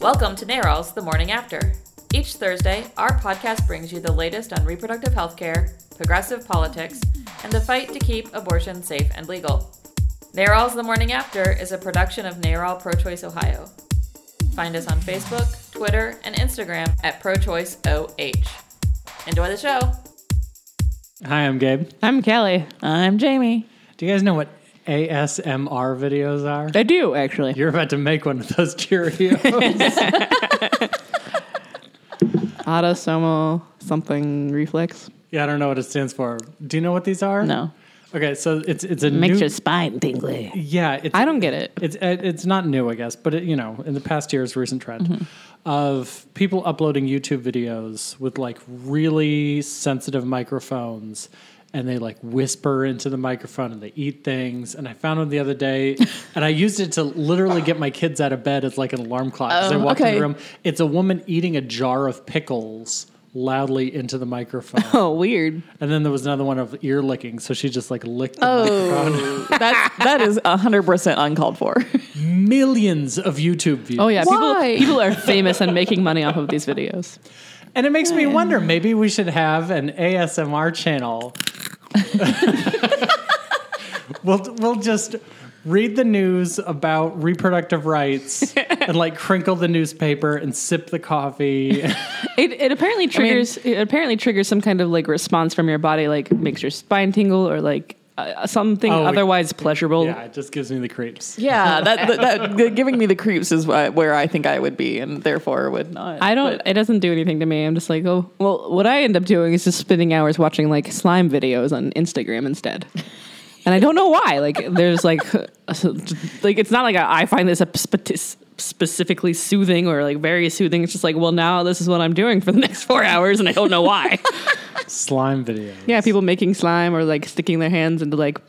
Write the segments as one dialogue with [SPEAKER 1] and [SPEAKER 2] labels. [SPEAKER 1] Welcome to NARAL's The Morning After. Each Thursday, our podcast brings you the latest on reproductive health care, progressive politics, and the fight to keep abortion safe and legal. NARAL's The Morning After is a production of NARAL Pro Choice Ohio. Find us on Facebook, Twitter, and Instagram at ProChoiceOH. Enjoy the show.
[SPEAKER 2] Hi, I'm Gabe.
[SPEAKER 3] I'm Kelly.
[SPEAKER 4] I'm Jamie.
[SPEAKER 2] Do you guys know what ASMR videos are?
[SPEAKER 3] I do actually.
[SPEAKER 2] You're about to make one of those Cheerios.
[SPEAKER 3] Autosomal something reflex.
[SPEAKER 2] yeah, I don't know what it stands for. Do you know what these are?
[SPEAKER 4] No.
[SPEAKER 2] Okay, so it's it's a
[SPEAKER 4] Makes
[SPEAKER 2] new.
[SPEAKER 4] your spine tingly.
[SPEAKER 2] yeah, it's,
[SPEAKER 3] I don't get it.
[SPEAKER 2] It's it- it's not new, I guess, but it, you know, in the past year's recent trend
[SPEAKER 3] Mm-hmm.
[SPEAKER 2] of people uploading YouTube videos with like really sensitive microphones, and they like whisper into the microphone and they eat things. And I found one the other day, and I used it to literally get my kids out of bed as like an alarm clock. As I
[SPEAKER 3] Oh,
[SPEAKER 2] walked in
[SPEAKER 3] okay.
[SPEAKER 2] the room, it's a woman eating a jar of pickles loudly into the microphone,
[SPEAKER 3] Oh, weird.
[SPEAKER 2] and then there was another one of ear licking. So she just like licked. The
[SPEAKER 3] Oh, that's
[SPEAKER 4] That is 100% uncalled for.
[SPEAKER 2] Millions of YouTube views.
[SPEAKER 3] oh yeah.
[SPEAKER 4] Why?
[SPEAKER 3] People people are famous and making money off of these videos.
[SPEAKER 2] And it makes me wonder maybe we should have an ASMR channel. we'll we'll just read the news about reproductive rights and like crinkle the newspaper and sip the coffee.
[SPEAKER 3] It, it apparently triggers it apparently triggers some kind of like response from your body, like makes your spine tingle or like uh, something
[SPEAKER 2] Oh,
[SPEAKER 3] otherwise pleasurable.
[SPEAKER 2] yeah, it just gives me the creeps.
[SPEAKER 4] Yeah, Uh, that, that, that, that giving me the creeps is wh- where I think I would be and therefore would not.
[SPEAKER 3] I don't. It doesn't do anything to me. I'm just like, oh, well. What I end up doing is just spending hours watching like slime videos on Instagram instead, and I don't know why. Like, there's like, like it's not like I I find this a spe- specifically soothing or like very soothing. It's just like, well, now this is what I'm doing for the next four hours, and I don't know why.
[SPEAKER 2] Slime videos.
[SPEAKER 3] yeah, people making slime or like sticking their hands into like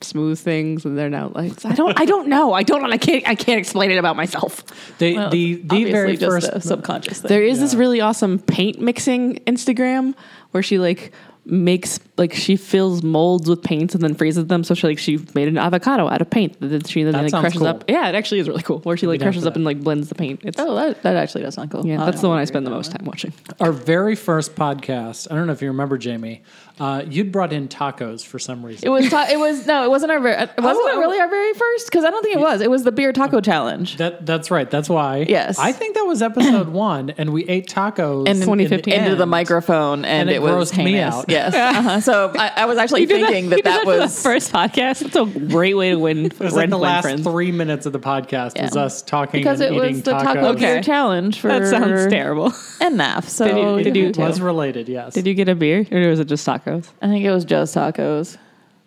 [SPEAKER 3] smooth things, and they're now like, I don't, I don't know, I don't, I can't, I can't explain it about myself.
[SPEAKER 2] They, the the
[SPEAKER 4] Obviously
[SPEAKER 2] very
[SPEAKER 4] just
[SPEAKER 2] first
[SPEAKER 4] a subconscious thing.
[SPEAKER 3] There is this really awesome paint mixing Instagram where she like makes like she fills molds with paints and then freezes them. So she like she made an avocado out of paint that then she then
[SPEAKER 2] That
[SPEAKER 3] like
[SPEAKER 2] sounds
[SPEAKER 3] crushes
[SPEAKER 2] cool.
[SPEAKER 3] up. Yeah, it actually is really cool. Where she like
[SPEAKER 2] down
[SPEAKER 3] crushes
[SPEAKER 2] for
[SPEAKER 3] up and like blends the paint. It's
[SPEAKER 4] oh, that, that actually does not go.
[SPEAKER 3] yeah, that's the one I spend the
[SPEAKER 4] most.
[SPEAKER 3] most time watching.
[SPEAKER 2] our very first podcast. I don't know if you remember Jamie. Uh, you'd brought in tacos for some reason.
[SPEAKER 4] It was. Ta- it was no. It wasn't our. Very, it wasn't
[SPEAKER 3] Oh.
[SPEAKER 4] it really our very first? Because I don't think it was. It was the beer taco challenge.
[SPEAKER 2] That that's right. That's why.
[SPEAKER 4] Yes.
[SPEAKER 2] I think that was episode one, and we ate tacos in the
[SPEAKER 3] 2015.
[SPEAKER 2] end.
[SPEAKER 4] Into the microphone, and,
[SPEAKER 2] And it
[SPEAKER 4] it, was
[SPEAKER 2] grossed me
[SPEAKER 4] heinous.
[SPEAKER 2] out.
[SPEAKER 4] Yes. uh-huh. So I, I was actually thinking that that, was.
[SPEAKER 3] first podcast. That's a great way to win.
[SPEAKER 2] It was like the last three minutes of the podcast was
[SPEAKER 4] Yeah.
[SPEAKER 2] us talking
[SPEAKER 4] because it
[SPEAKER 2] and eating
[SPEAKER 4] was the
[SPEAKER 2] tacos.
[SPEAKER 4] taco beer
[SPEAKER 3] Okay.
[SPEAKER 4] challenge for
[SPEAKER 3] That sounds terrible.
[SPEAKER 4] NF. So
[SPEAKER 3] Did you-
[SPEAKER 4] you
[SPEAKER 3] did
[SPEAKER 2] It,
[SPEAKER 3] you-
[SPEAKER 4] can
[SPEAKER 2] was
[SPEAKER 4] too.
[SPEAKER 2] related, yes.
[SPEAKER 3] Did you get a beer or was it just tacos?
[SPEAKER 4] I think it was Joe's tacos.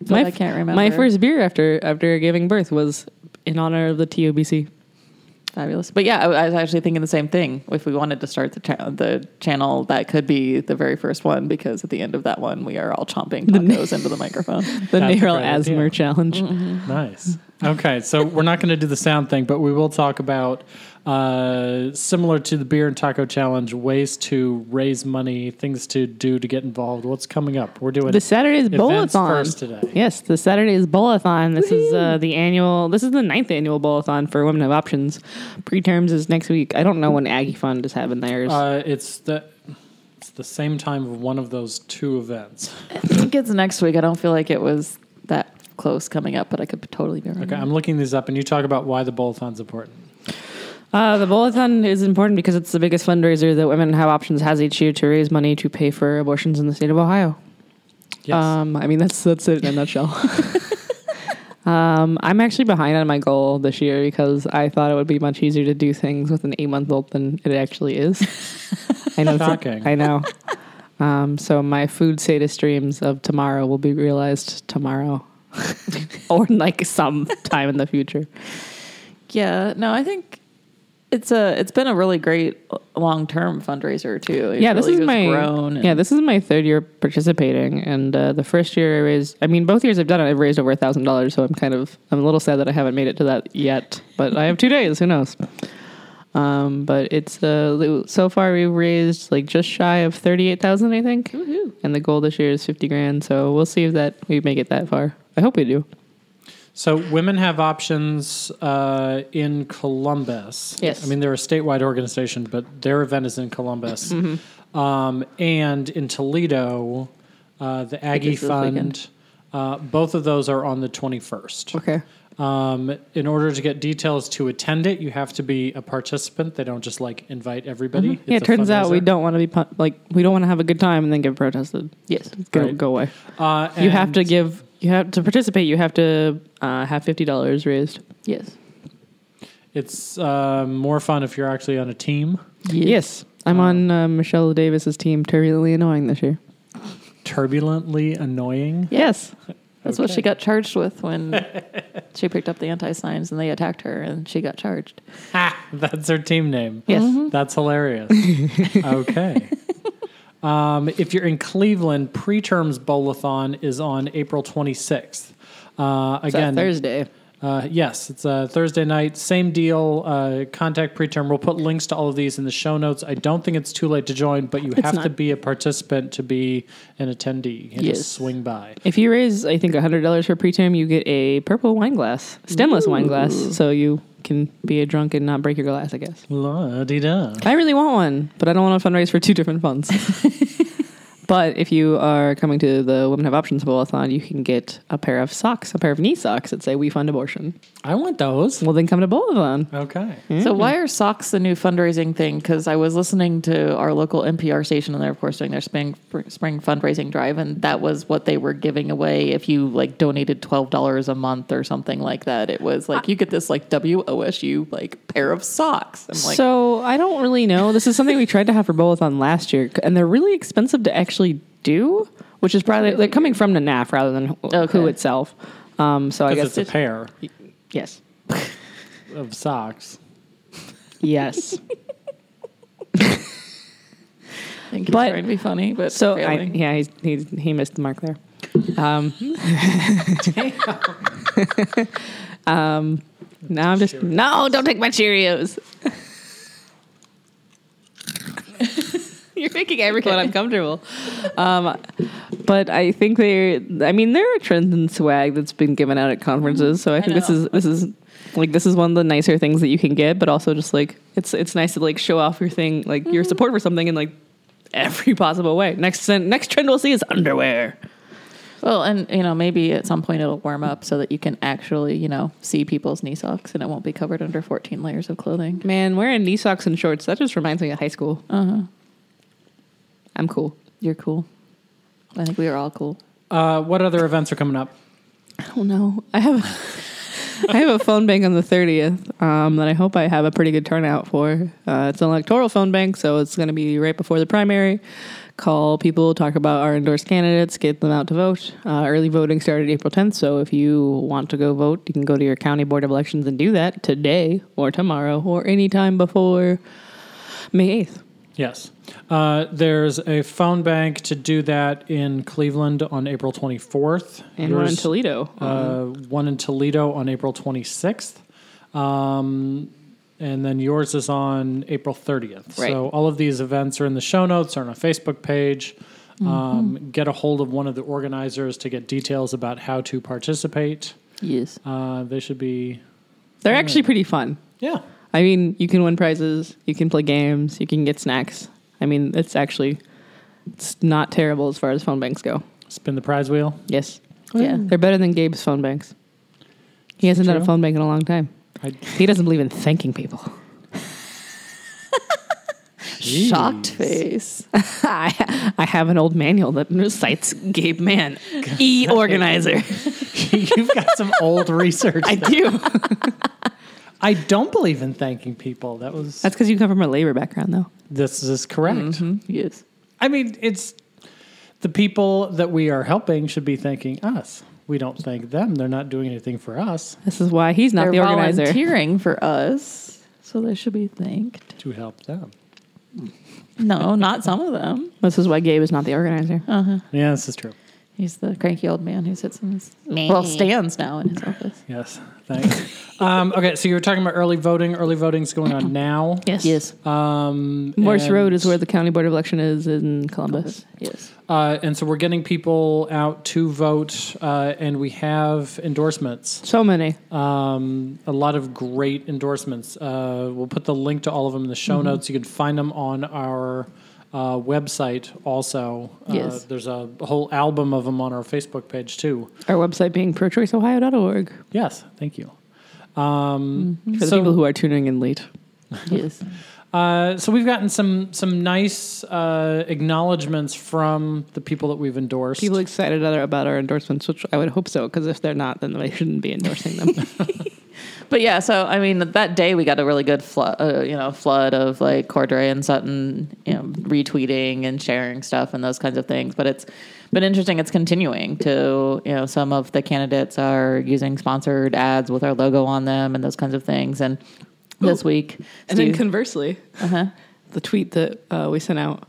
[SPEAKER 4] But I can't remember.
[SPEAKER 3] My first beer after after giving birth was in honor of the TOBC.
[SPEAKER 4] fabulous. But yeah, I, I was actually thinking the same thing. If we wanted to start the cha- the channel, that could be the very first one because at the end of that one, we are all chomping tacos into the microphone.
[SPEAKER 3] The
[SPEAKER 2] That's a
[SPEAKER 3] Neural
[SPEAKER 2] great
[SPEAKER 3] Asthma
[SPEAKER 2] idea.
[SPEAKER 3] Challenge.
[SPEAKER 4] Mm-hmm.
[SPEAKER 2] nice. Okay, so we're not going to do the sound thing, but we will talk about uh, similar to the beer and taco challenge, ways to raise money, things to do to get involved. What's coming up? We're doing
[SPEAKER 3] The Saturday's
[SPEAKER 2] events
[SPEAKER 3] Bowl-a-thon.
[SPEAKER 2] first today.
[SPEAKER 3] Yes, the Saturday's Bowl-a-thon. This is uh, the annual. This is the ninth annual Bowl-a-thon for Women Have Options. Preterms is next week. I don't know when Aggie Fund is having theirs.
[SPEAKER 2] Uh, it's the it's the same time of one of those two events.
[SPEAKER 4] I think it's next week. I don't feel like it was that close coming up, but I could totally be wrong.
[SPEAKER 2] Okay, I'm looking these up, and you talk about why the bowl-a-thon's important.
[SPEAKER 3] Uh, the Bowl-a-thon is important because it's the biggest fundraiser that Women Have Options has each year to raise money to pay for abortions in the state of Ohio.
[SPEAKER 2] Yes.
[SPEAKER 3] Um, I mean, that's that's it in a nutshell. um, I'm actually behind on my goal this year because I thought it would be much easier to do things with an eight month old than it actually is. I know. it's-
[SPEAKER 2] Shocking.
[SPEAKER 3] I know. Um, so my food status dreams of tomorrow will be realized tomorrow. or like some time in the future.
[SPEAKER 4] Yeah, no, I think it's a it's been a really great long term fundraiser too. It
[SPEAKER 3] yeah, this
[SPEAKER 4] really
[SPEAKER 3] is
[SPEAKER 4] has
[SPEAKER 3] my
[SPEAKER 4] grown. and-
[SPEAKER 3] yeah, this is my third year participating, and uh, the first year I raised. I mean, both years I've done it. I've raised over a thousand dollars, so I'm kind of I'm a little sad that I haven't made it to that yet. But I have two days. Who knows? Um, but it's uh, so far we've raised like just shy of thirty eight thousand, I think. And the goal this year is fifty grand. So we'll see if that we make it that far. I hope we do.
[SPEAKER 2] So women have options uh, in Columbus.
[SPEAKER 3] Yes.
[SPEAKER 2] I mean they're a statewide organization, but their event is in Columbus,
[SPEAKER 3] Mm-hmm.
[SPEAKER 2] um, and in Toledo, uh, the Aggie
[SPEAKER 4] it's this
[SPEAKER 2] Fund.
[SPEAKER 4] weekend.
[SPEAKER 2] Uh, both of those are on the twenty first.
[SPEAKER 3] Okay.
[SPEAKER 2] Um, in order to get details to attend it, you have to be a participant. They don't just like invite everybody.
[SPEAKER 3] Mm-hmm. yeah, it
[SPEAKER 2] It's a
[SPEAKER 3] turns out we
[SPEAKER 2] fundraiser.
[SPEAKER 3] don't want to be pu- like we don't want to have a good time and then get protested.
[SPEAKER 4] Yes.
[SPEAKER 3] Go
[SPEAKER 2] Right.
[SPEAKER 3] go away.
[SPEAKER 2] Uh,
[SPEAKER 3] you have to
[SPEAKER 2] and-
[SPEAKER 3] give. You have to participate. You have to uh, have fifty dollars raised.
[SPEAKER 4] Yes.
[SPEAKER 2] It's uh, more fun if you're actually on a team.
[SPEAKER 3] Yes, I'm on uh, Michelle Davis's team. Turbulently annoying this year.
[SPEAKER 2] Turbulently annoying.
[SPEAKER 3] Yes.
[SPEAKER 4] That's what she got charged with when she picked up the anti signs and they attacked her and she got charged.
[SPEAKER 2] That's her team name.
[SPEAKER 3] Yes.
[SPEAKER 2] That's hilarious. okay. Um, if you're in Cleveland, preterms bolathon is on April 26th. Uh, again,
[SPEAKER 3] Thursday.
[SPEAKER 2] Uh, yes, it's a Thursday night. Same deal. Uh, contact preterm. We'll put links to all of these in the show notes. I don't think it's too late to join, but you have to
[SPEAKER 3] not.
[SPEAKER 2] be a participant to be an attendee. You
[SPEAKER 4] Yes.
[SPEAKER 2] just swing by.
[SPEAKER 3] If you raise, I think, hundred dollars for preterm, you get a purple wine glass, stemless wine glass, so you can be a drunk and not break your glass. I guess.
[SPEAKER 2] La di da.
[SPEAKER 3] I really want one, but I don't want to fundraise for two different funds. but if you are coming to the Women Have Options Bowl-a-thon, you can get a pair of socks, a pair of knee socks that say "We Fund Abortion."
[SPEAKER 2] I want those.
[SPEAKER 3] Well, then come to bowl-a-thon.
[SPEAKER 2] Okay.
[SPEAKER 4] So why are socks the new fundraising thing? Because I was listening to our local NPR station, and they're of course doing their spring spring fundraising drive, and that was what they were giving away if you like donated twelve dollars a month or something like that. It was like you get this like WOSU like pair of socks. I'm like,
[SPEAKER 3] so I don't really know. This is something we tried to have for bowl-a-thon last year, and they're really expensive to actually do, which is probably they're coming from the NAF rather than who
[SPEAKER 4] Okay.
[SPEAKER 3] itself. Um, so I
[SPEAKER 2] Because
[SPEAKER 3] guess
[SPEAKER 2] it's a pair
[SPEAKER 3] yes,
[SPEAKER 2] of socks.
[SPEAKER 3] yes.
[SPEAKER 4] I think he's
[SPEAKER 3] but-
[SPEAKER 4] trying to be funny, but
[SPEAKER 3] So I,
[SPEAKER 4] failing.
[SPEAKER 3] yeah, he's, he's, he missed the mark there. Um, um, now I'm just no, don't take my Cheerios. You're making everyone uncomfortable. Um, but I think they, I mean, there are trends in swag that's been given out at conferences. So I think this
[SPEAKER 4] know.
[SPEAKER 3] is this is like this is one of the nicer things that you can get, but also just like it's it's nice to like show off your thing, like your support for something in like every possible way. Next next trend we'll see is underwear.
[SPEAKER 4] well, and you know maybe at some point it'll warm up so that you can actually you know see people's knee socks and it won't be covered under fourteen layers of clothing.
[SPEAKER 3] Man, wearing knee socks and shorts, that just reminds me of high school.
[SPEAKER 4] Uh huh.
[SPEAKER 3] I'm cool.
[SPEAKER 4] You're cool. I think we are all cool.
[SPEAKER 2] Uh, what other events are coming up?
[SPEAKER 3] I don't know. Oh, I have I have a phone bank on the 30th um, that I hope I have a pretty good turnout for. Uh, it's an electoral phone bank, so it's going to be right before the primary. Call people, talk about our endorsed candidates, get them out to vote. Uh, early voting started April 10th, so if you want to go vote, you can go to your county board of elections and do that today or tomorrow or any time before May 8th.
[SPEAKER 2] Yes. Uh, there's a phone bank to do that in Cleveland on April 24th.
[SPEAKER 3] And we're in
[SPEAKER 2] Yours-
[SPEAKER 3] Toledo.
[SPEAKER 2] uh, one in Toledo on April 26th. Um, and then yours is on April 30th.
[SPEAKER 3] Right.
[SPEAKER 2] So all of these events are in the show notes, are on our Facebook page. Um, get a hold of one of the organizers to get details about how to participate.
[SPEAKER 4] Yes.
[SPEAKER 2] Uh, they should be,
[SPEAKER 3] They're actually pretty fun.
[SPEAKER 2] yeah.
[SPEAKER 3] I mean, you can win prizes, you can play games, you can get snacks. I mean, it's actually it's not terrible as far as phone banks go.
[SPEAKER 2] Spin the prize wheel.
[SPEAKER 3] Yes.
[SPEAKER 4] Oh, Yeah.
[SPEAKER 3] They're better than Gabe's phone banks. He hasn't done a
[SPEAKER 2] true?
[SPEAKER 3] phone bank in a long time.
[SPEAKER 2] I,
[SPEAKER 3] He doesn't believe in thanking people.
[SPEAKER 4] Shocked face.
[SPEAKER 3] I, I have an old manual that recites Gabe Mann, e organizer.
[SPEAKER 2] You've got some old research.
[SPEAKER 3] I
[SPEAKER 2] I,
[SPEAKER 3] do.
[SPEAKER 2] I don't believe in thanking people. That was,
[SPEAKER 3] That's Mm-hmm. because you come from a labor background, though.
[SPEAKER 2] this is correct.
[SPEAKER 4] Yes.
[SPEAKER 2] I mean, it's the people that we are helping should be thanking us. We don't thank them. They're not doing anything for us
[SPEAKER 3] This is why he's not
[SPEAKER 4] They're
[SPEAKER 3] the organizer.
[SPEAKER 4] volunteering for us, so they should be thanked.
[SPEAKER 2] to help them.
[SPEAKER 4] No, not some of them.
[SPEAKER 3] This is why Gabe is not the organizer.
[SPEAKER 2] Yeah, this is true.
[SPEAKER 4] He's the cranky old man who sits in his well stands now in his office.
[SPEAKER 2] Yes, thanks. um, okay, so you were talking about early voting. Early voting's going on now.
[SPEAKER 3] yes.
[SPEAKER 4] Yes.
[SPEAKER 2] Um,
[SPEAKER 3] Morse
[SPEAKER 2] and-
[SPEAKER 3] Road is where the county board of election is in Columbus.
[SPEAKER 4] Yes.
[SPEAKER 2] Uh, and so we're getting people out to vote, uh, and we have endorsements.
[SPEAKER 3] So many.
[SPEAKER 2] Um, a lot of great endorsements. Uh, we'll put the link to all of them in the show notes. You can find them on our uh, website also. Uh,
[SPEAKER 4] Yes.
[SPEAKER 2] There's a whole album of them on our Facebook page too.
[SPEAKER 3] Our website being prochoiceohio.org
[SPEAKER 2] Yes, thank you. Um,
[SPEAKER 3] for the
[SPEAKER 2] so-
[SPEAKER 3] people who are tuning in late.
[SPEAKER 4] Yes.
[SPEAKER 2] Uh, so we've gotten some some nice uh, acknowledgments from the people that we've endorsed.
[SPEAKER 3] People excited other- about our endorsements, which I would hope so, because if they're not, then they shouldn't be endorsing them.
[SPEAKER 4] But yeah, so I mean, that day we got a really good flood, uh, you know, flood of like Cordray and Sutton, you know, retweeting and sharing stuff and those kinds of things. But it's been interesting. It's continuing to, you know, some of the candidates are using sponsored ads with our logo on them and those kinds of things. And this week,
[SPEAKER 3] and then
[SPEAKER 4] Steve-
[SPEAKER 3] conversely,
[SPEAKER 4] uh-huh.
[SPEAKER 3] the tweet that uh, we sent out,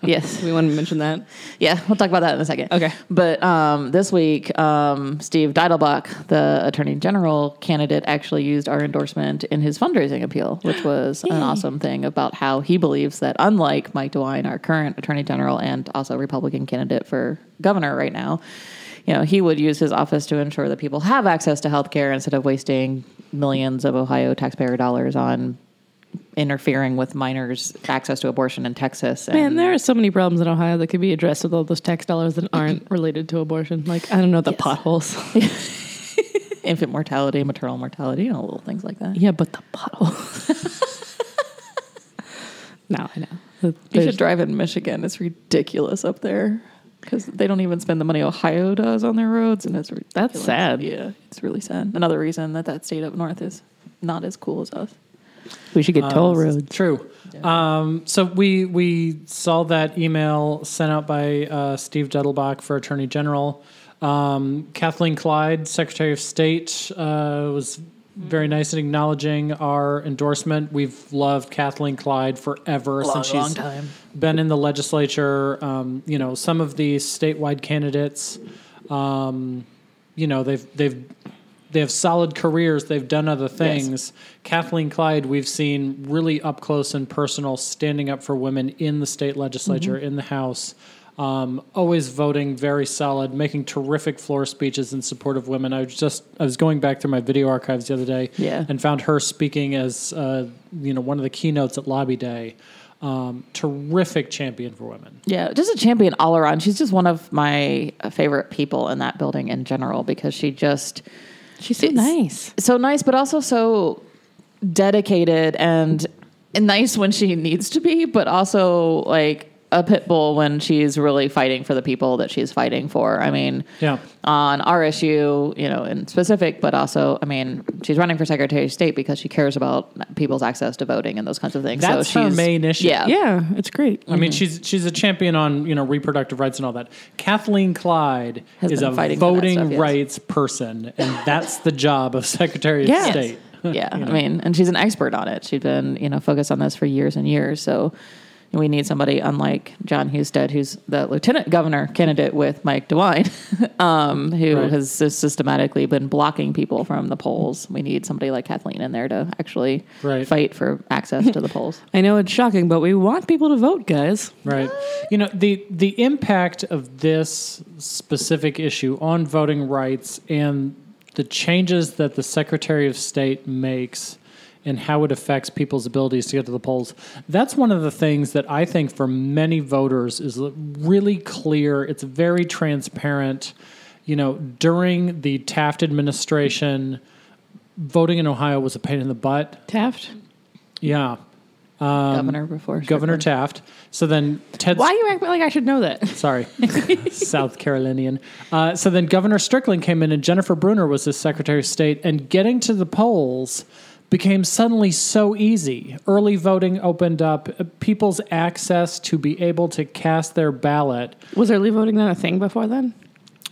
[SPEAKER 4] yes,
[SPEAKER 3] we want to mention that.
[SPEAKER 4] yeah, we'll talk about that in a second.
[SPEAKER 3] Okay.
[SPEAKER 4] But um, this week, um, Steve Deidelbach, the Attorney General candidate, actually used our endorsement in his fundraising appeal, which was an awesome thing about how he believes that, unlike Mike DeWine, our current Attorney General and also Republican candidate for governor right now, you know, he would use his office to ensure that people have access to health care instead of wasting millions of Ohio taxpayer dollars on interfering with minors' access to abortion in Texas. And
[SPEAKER 3] Man, there are so many problems in Ohio that could be addressed with all those tax dollars that aren't related to abortion. Like, I don't know, the potholes.
[SPEAKER 4] infant mortality, maternal mortality, and all little things like that.
[SPEAKER 3] yeah, but the potholes. no, I know.
[SPEAKER 4] You
[SPEAKER 3] There's-
[SPEAKER 4] should drive in Michigan. It's ridiculous up there because they don't even spend the money Ohio does on their roads, and it's ridiculous.
[SPEAKER 3] sad.
[SPEAKER 4] Yeah, it's really sad. Another reason that that state up north is not as cool as us.
[SPEAKER 3] we should get toll roads.
[SPEAKER 2] True. Um, so we we saw that email sent out by uh, Steve Dettelbach for Attorney General. Um, Kathleen Clyde, Secretary of State, uh, was very nice in acknowledging our endorsement. We've loved Kathleen Clyde forever since she's
[SPEAKER 4] time.
[SPEAKER 2] been in the legislature. Um, you know, some of these statewide candidates, um, you know, they've they've they have solid careers. They've done other things. Kathleen Clyde, we've seen really up close and personal, standing up for women in the state legislature, in the House. Um, always voting very solid, making terrific floor speeches in support of women. I was just I was going back through my video archives the other day
[SPEAKER 4] Yeah.
[SPEAKER 2] and found her speaking as uh, you know one of the keynotes at Lobby Day. Um, terrific champion for women.
[SPEAKER 4] Yeah, just a champion all around. She's just one of my favorite people in that building in general because she just
[SPEAKER 3] She's so
[SPEAKER 4] It's-
[SPEAKER 3] nice.
[SPEAKER 4] so nice, but also so dedicated and and nice when she needs to be, but also like a pit bull when she's really fighting for the people that she's fighting for. I mean,
[SPEAKER 2] Yeah.
[SPEAKER 4] on our issue, you know, in specific, but also, I mean, she's running for Secretary of State because she cares about people's access to voting and those kinds of things.
[SPEAKER 2] That's
[SPEAKER 4] so
[SPEAKER 2] her
[SPEAKER 4] she's,
[SPEAKER 2] main issue.
[SPEAKER 4] Yeah. Mm-hmm.
[SPEAKER 3] Yeah, it's great.
[SPEAKER 2] I mean, she's she's a champion on you know reproductive rights and all that. Kathleen Clyde
[SPEAKER 4] Has
[SPEAKER 2] is
[SPEAKER 4] been
[SPEAKER 2] a
[SPEAKER 4] fighting for that
[SPEAKER 2] voting
[SPEAKER 4] stuff, yes.
[SPEAKER 2] rights person, and that's the job of Secretary of
[SPEAKER 3] Yes.
[SPEAKER 2] State.
[SPEAKER 4] yeah, I mean, and she's an expert on it. She's been, you know, focused on this for years and years. So we need somebody unlike John Husted, who's the lieutenant governor candidate with Mike DeWine, um, who
[SPEAKER 2] Right.
[SPEAKER 4] has s- systematically been blocking people from the polls. We need somebody like Kathleen in there to actually
[SPEAKER 2] Right.
[SPEAKER 4] fight for access to the polls.
[SPEAKER 3] I know it's shocking, but we want people to vote, guys.
[SPEAKER 2] Right. You know, the the impact of this specific issue on voting rights and the changes that the Secretary of State makes and how it affects people's abilities to get to the polls. That's one of the things that I think for many voters is really clear. It's very transparent. You know, during the Taft administration, voting in Ohio was a pain in the butt.
[SPEAKER 3] Taft?
[SPEAKER 2] Yeah.
[SPEAKER 3] Um,
[SPEAKER 4] governor before
[SPEAKER 2] Governor
[SPEAKER 4] Strickland.
[SPEAKER 2] Taft. So then Ted
[SPEAKER 3] Why you act like I should know that?
[SPEAKER 2] Sorry, South Carolinian. Uh, so then Governor Strickland came in, and Jennifer Bruner was his Secretary of State, and getting to the polls became suddenly so easy. Early voting opened up, uh, people's access to be able to cast their ballot.
[SPEAKER 3] Was early voting not a thing before then?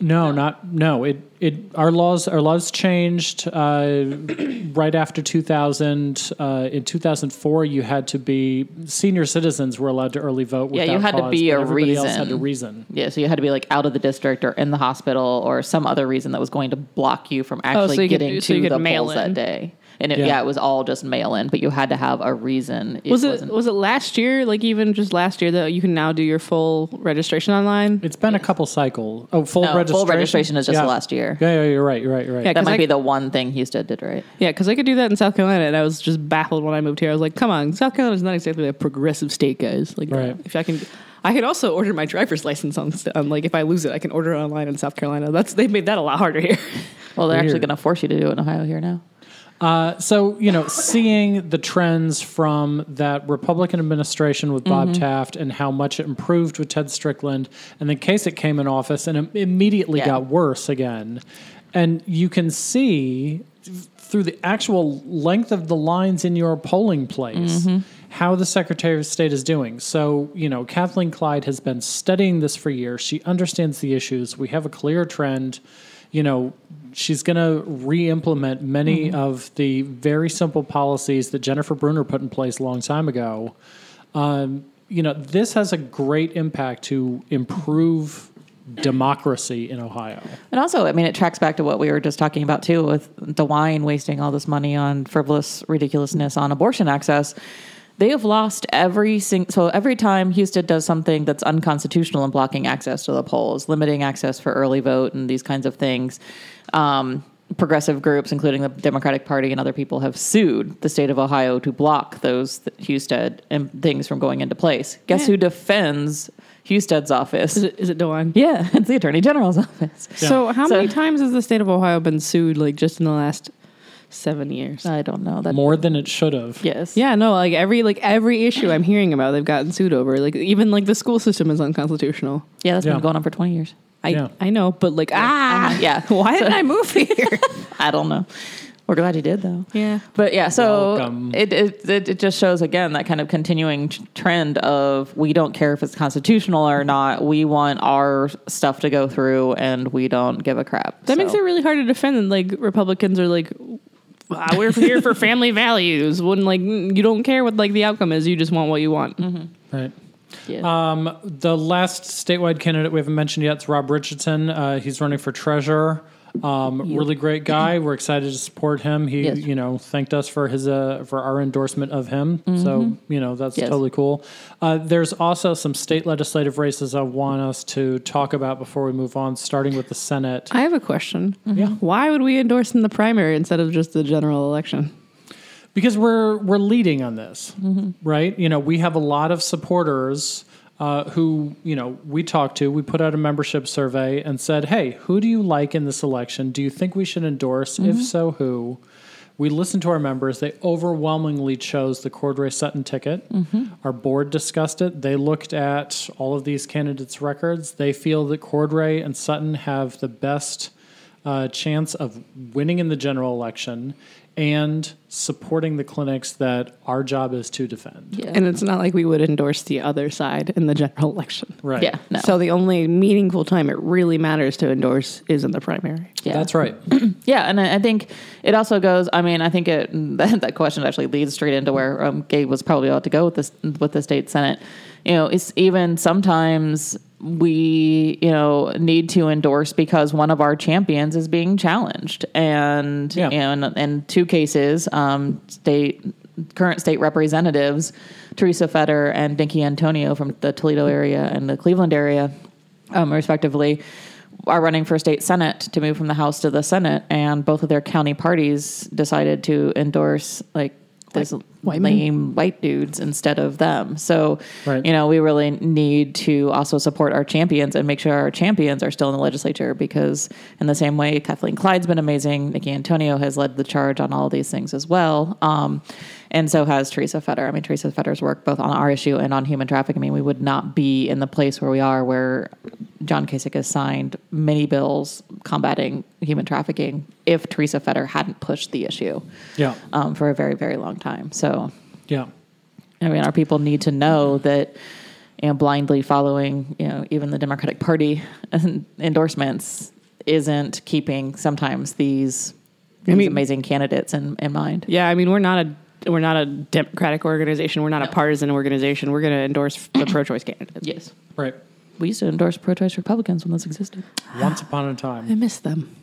[SPEAKER 2] No, not no. It it our laws our laws changed uh, right after 2000. Uh, in 2004, you had to be senior citizens were allowed to early vote.
[SPEAKER 4] Yeah, you
[SPEAKER 2] without
[SPEAKER 4] had to
[SPEAKER 2] cause,
[SPEAKER 4] be
[SPEAKER 2] but
[SPEAKER 4] a
[SPEAKER 2] everybody Else had to
[SPEAKER 4] reason.
[SPEAKER 2] reason.
[SPEAKER 4] Yeah, so you had to be like out of the district or in the hospital or some other reason that was going to block you from actually
[SPEAKER 3] Oh, so you could-
[SPEAKER 4] getting
[SPEAKER 3] so you
[SPEAKER 4] to
[SPEAKER 3] could
[SPEAKER 4] the
[SPEAKER 3] mail
[SPEAKER 4] polls that
[SPEAKER 3] in.
[SPEAKER 4] day. And it,
[SPEAKER 2] Yeah.
[SPEAKER 4] yeah. it was all just mail in, but you had to have a reason.
[SPEAKER 3] was it
[SPEAKER 4] wasn't-
[SPEAKER 3] was it last year? Like even just last year that you can now do your full registration online.
[SPEAKER 2] It's been a couple cycles. Oh, full
[SPEAKER 4] No, full
[SPEAKER 2] registration.
[SPEAKER 4] registration is just last year.
[SPEAKER 2] Yeah, yeah, you're right. You're right. You're right.
[SPEAKER 3] Yeah,
[SPEAKER 4] that
[SPEAKER 3] 'cause
[SPEAKER 4] might
[SPEAKER 3] I-
[SPEAKER 4] be the one thing Houston did right.
[SPEAKER 3] Yeah, because I could do that in South Carolina, and I was just baffled when I moved here. I was like, "Come on, South Carolina's not exactly a progressive state, guys." Like,
[SPEAKER 2] Right.
[SPEAKER 3] if I can, I could also order my driver's license on, on. Like, if I lose it, I can order it online in South Carolina. That's they've made that a lot harder here.
[SPEAKER 4] Well, they're actually
[SPEAKER 2] Weird.
[SPEAKER 4] going to force you to do it in Ohio here now.
[SPEAKER 2] Uh, so you know, seeing the trends from that Republican administration with Bob Taft and how much it improved with Ted Strickland, and then Kasich came in office and im- immediately
[SPEAKER 4] Yeah.
[SPEAKER 2] got worse again, and you can see through the actual length of the lines in your polling place how the Secretary of State is doing. So you know, Kathleen Clyde has been studying this for years. She understands the issues. We have a clear trend you know, she's going to re-implement many of the very simple policies that Jennifer Bruner put in place a long time ago. Um, you know, this has a great impact to improve democracy in Ohio.
[SPEAKER 4] And also, I mean, it tracks back to what we were just talking about too, with the wine wasting all this money on frivolous ridiculousness on abortion access. They have lost every single. So every time Houston does something that's unconstitutional and blocking access to the polls, limiting access for early vote, and these kinds of things, um, progressive groups, including the Democratic Party and other people, have sued the state of Ohio to block those th- Husted and things from going into place. Guess who defends Husted's office?
[SPEAKER 3] Is it, is it DeWine?
[SPEAKER 4] Yeah, it's the Attorney General's office.
[SPEAKER 3] So, how
[SPEAKER 4] So-
[SPEAKER 3] many times has the state of Ohio been sued? Like, just in the last seven years?
[SPEAKER 4] I don't know that.
[SPEAKER 2] More than it should have.
[SPEAKER 4] Yes.
[SPEAKER 3] Uh, yeah, no, like every like every issue I'm hearing about, they've gotten sued over. Like, even like the school system is unconstitutional.
[SPEAKER 4] Yeah, that's
[SPEAKER 2] Yeah.
[SPEAKER 4] been going on for 20 years.
[SPEAKER 3] I
[SPEAKER 2] Yeah.
[SPEAKER 3] I know, but like ah
[SPEAKER 4] Yeah.
[SPEAKER 3] why did I move here?
[SPEAKER 4] I don't know. We're glad you did though.
[SPEAKER 3] yeah.
[SPEAKER 4] But yeah, so
[SPEAKER 2] Welcome.
[SPEAKER 4] it, it it it just shows again that kind of continuing t- trend of we don't care if it's constitutional or not. We want our stuff to go through, and we don't give a crap.
[SPEAKER 3] That makes it
[SPEAKER 4] So-
[SPEAKER 3] really hard to defend. And like Republicans are like, "Ah, we're here for family values. When like you don't care what like the outcome is, you just want what you want.
[SPEAKER 2] Right.
[SPEAKER 4] Yeah.
[SPEAKER 3] Uh,
[SPEAKER 2] Um, the last statewide candidate we haven't mentioned yet is Rob Richardson. Uh, he's running for treasurer. Um, Really great guy. We're excited to support him. He,
[SPEAKER 4] Yes.
[SPEAKER 2] you know, thanked us for his uh, for our endorsement of him. So you know that's
[SPEAKER 4] Mm-hmm. Yes.
[SPEAKER 2] totally cool. Uh, there's also some state legislative races I want us to talk about before we move on. Starting with the Senate.
[SPEAKER 3] I have a question.
[SPEAKER 2] Yeah.
[SPEAKER 3] Why would we endorse in the primary instead of just the general election?
[SPEAKER 2] because we're we're leading on this, right? You know, we have a lot of supporters uh, who you know we talked to. We put out a membership survey and said, "Hey, who do you like in this election? Do you think we should endorse? If so, who?" We listened to our members. They overwhelmingly chose the Cordray Sutton ticket. Our board discussed it. They looked at all of these candidates' records. They feel that Cordray and Sutton have the best uh, chance of winning in the general election and supporting the clinics that our job is to defend.
[SPEAKER 4] Yeah.
[SPEAKER 3] And it's not like we would endorse the other side in the general election.
[SPEAKER 2] Right.
[SPEAKER 4] yeah. No.
[SPEAKER 3] So the only meaningful time it really matters to endorse is in the primary.
[SPEAKER 4] yeah.
[SPEAKER 2] That's right.
[SPEAKER 4] Yeah, and I I think it also goes. I mean, I think it that, that question actually leads straight into where um, Gabe was probably about to go with this with the state senate. You know, it's even sometimes we you know need to endorse because one of our champions is being challenged, and
[SPEAKER 2] Yeah.
[SPEAKER 4] and in two cases, um, state current state representatives Teresa Fetter and Dinky Antonio from the Toledo area and the Cleveland area, um, respectively, are running for state senate to move from the House to the Senate, and both of their county parties decided to endorse like this
[SPEAKER 3] white men?
[SPEAKER 4] lame white dudes instead of them. So
[SPEAKER 2] Right.
[SPEAKER 4] you know we really need to also support our champions and make sure our champions are still in the legislature because in the same way Kathleen Clyde's been amazing, Nikki Antonio has led the charge on all these things as well. Um, and so has Teresa Fetter. I mean Teresa Fetter's work both on our issue and on human trafficking. I mean we would not be in the place where we are where John Kasich has signed many bills combating human trafficking if Teresa Fetter hadn't pushed the issue
[SPEAKER 2] Yeah.
[SPEAKER 4] um, for a very, very long time. So
[SPEAKER 2] Yeah.
[SPEAKER 4] I mean, our people need to know that you know, blindly following, you know, even the Democratic Party endorsements isn't keeping sometimes these, these
[SPEAKER 3] mean-
[SPEAKER 4] amazing candidates in, in mind.
[SPEAKER 3] Yeah, I mean we're not a we're not a democratic organization. We're not a partisan organization. We're going to endorse the pro-choice candidates.
[SPEAKER 4] Yes.
[SPEAKER 2] Right.
[SPEAKER 4] We used to endorse pro choice Republicans when those existed.
[SPEAKER 2] Once upon a time.
[SPEAKER 3] miss them.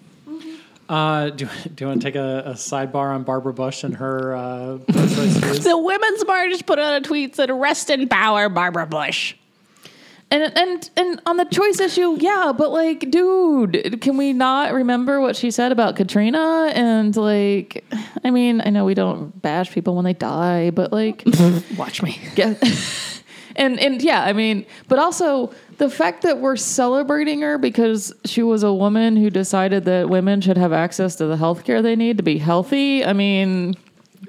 [SPEAKER 2] Uh, do, do you want to take a, a sidebar on Barbara Bush and her uh, pro choice views?
[SPEAKER 3] The women's march put out a tweet that rest in power, Barbara Bush.
[SPEAKER 4] And and and on the choice issue, yeah, but like, dude, can we not remember what she said about Katrina? And like, I mean, I know we don't bash people when they die, but like,
[SPEAKER 3] Watch me.
[SPEAKER 4] get- and and yeah, I mean, but also the fact that we're celebrating her because she was a woman who decided that women should have access to the healthcare they need to be healthy. I mean,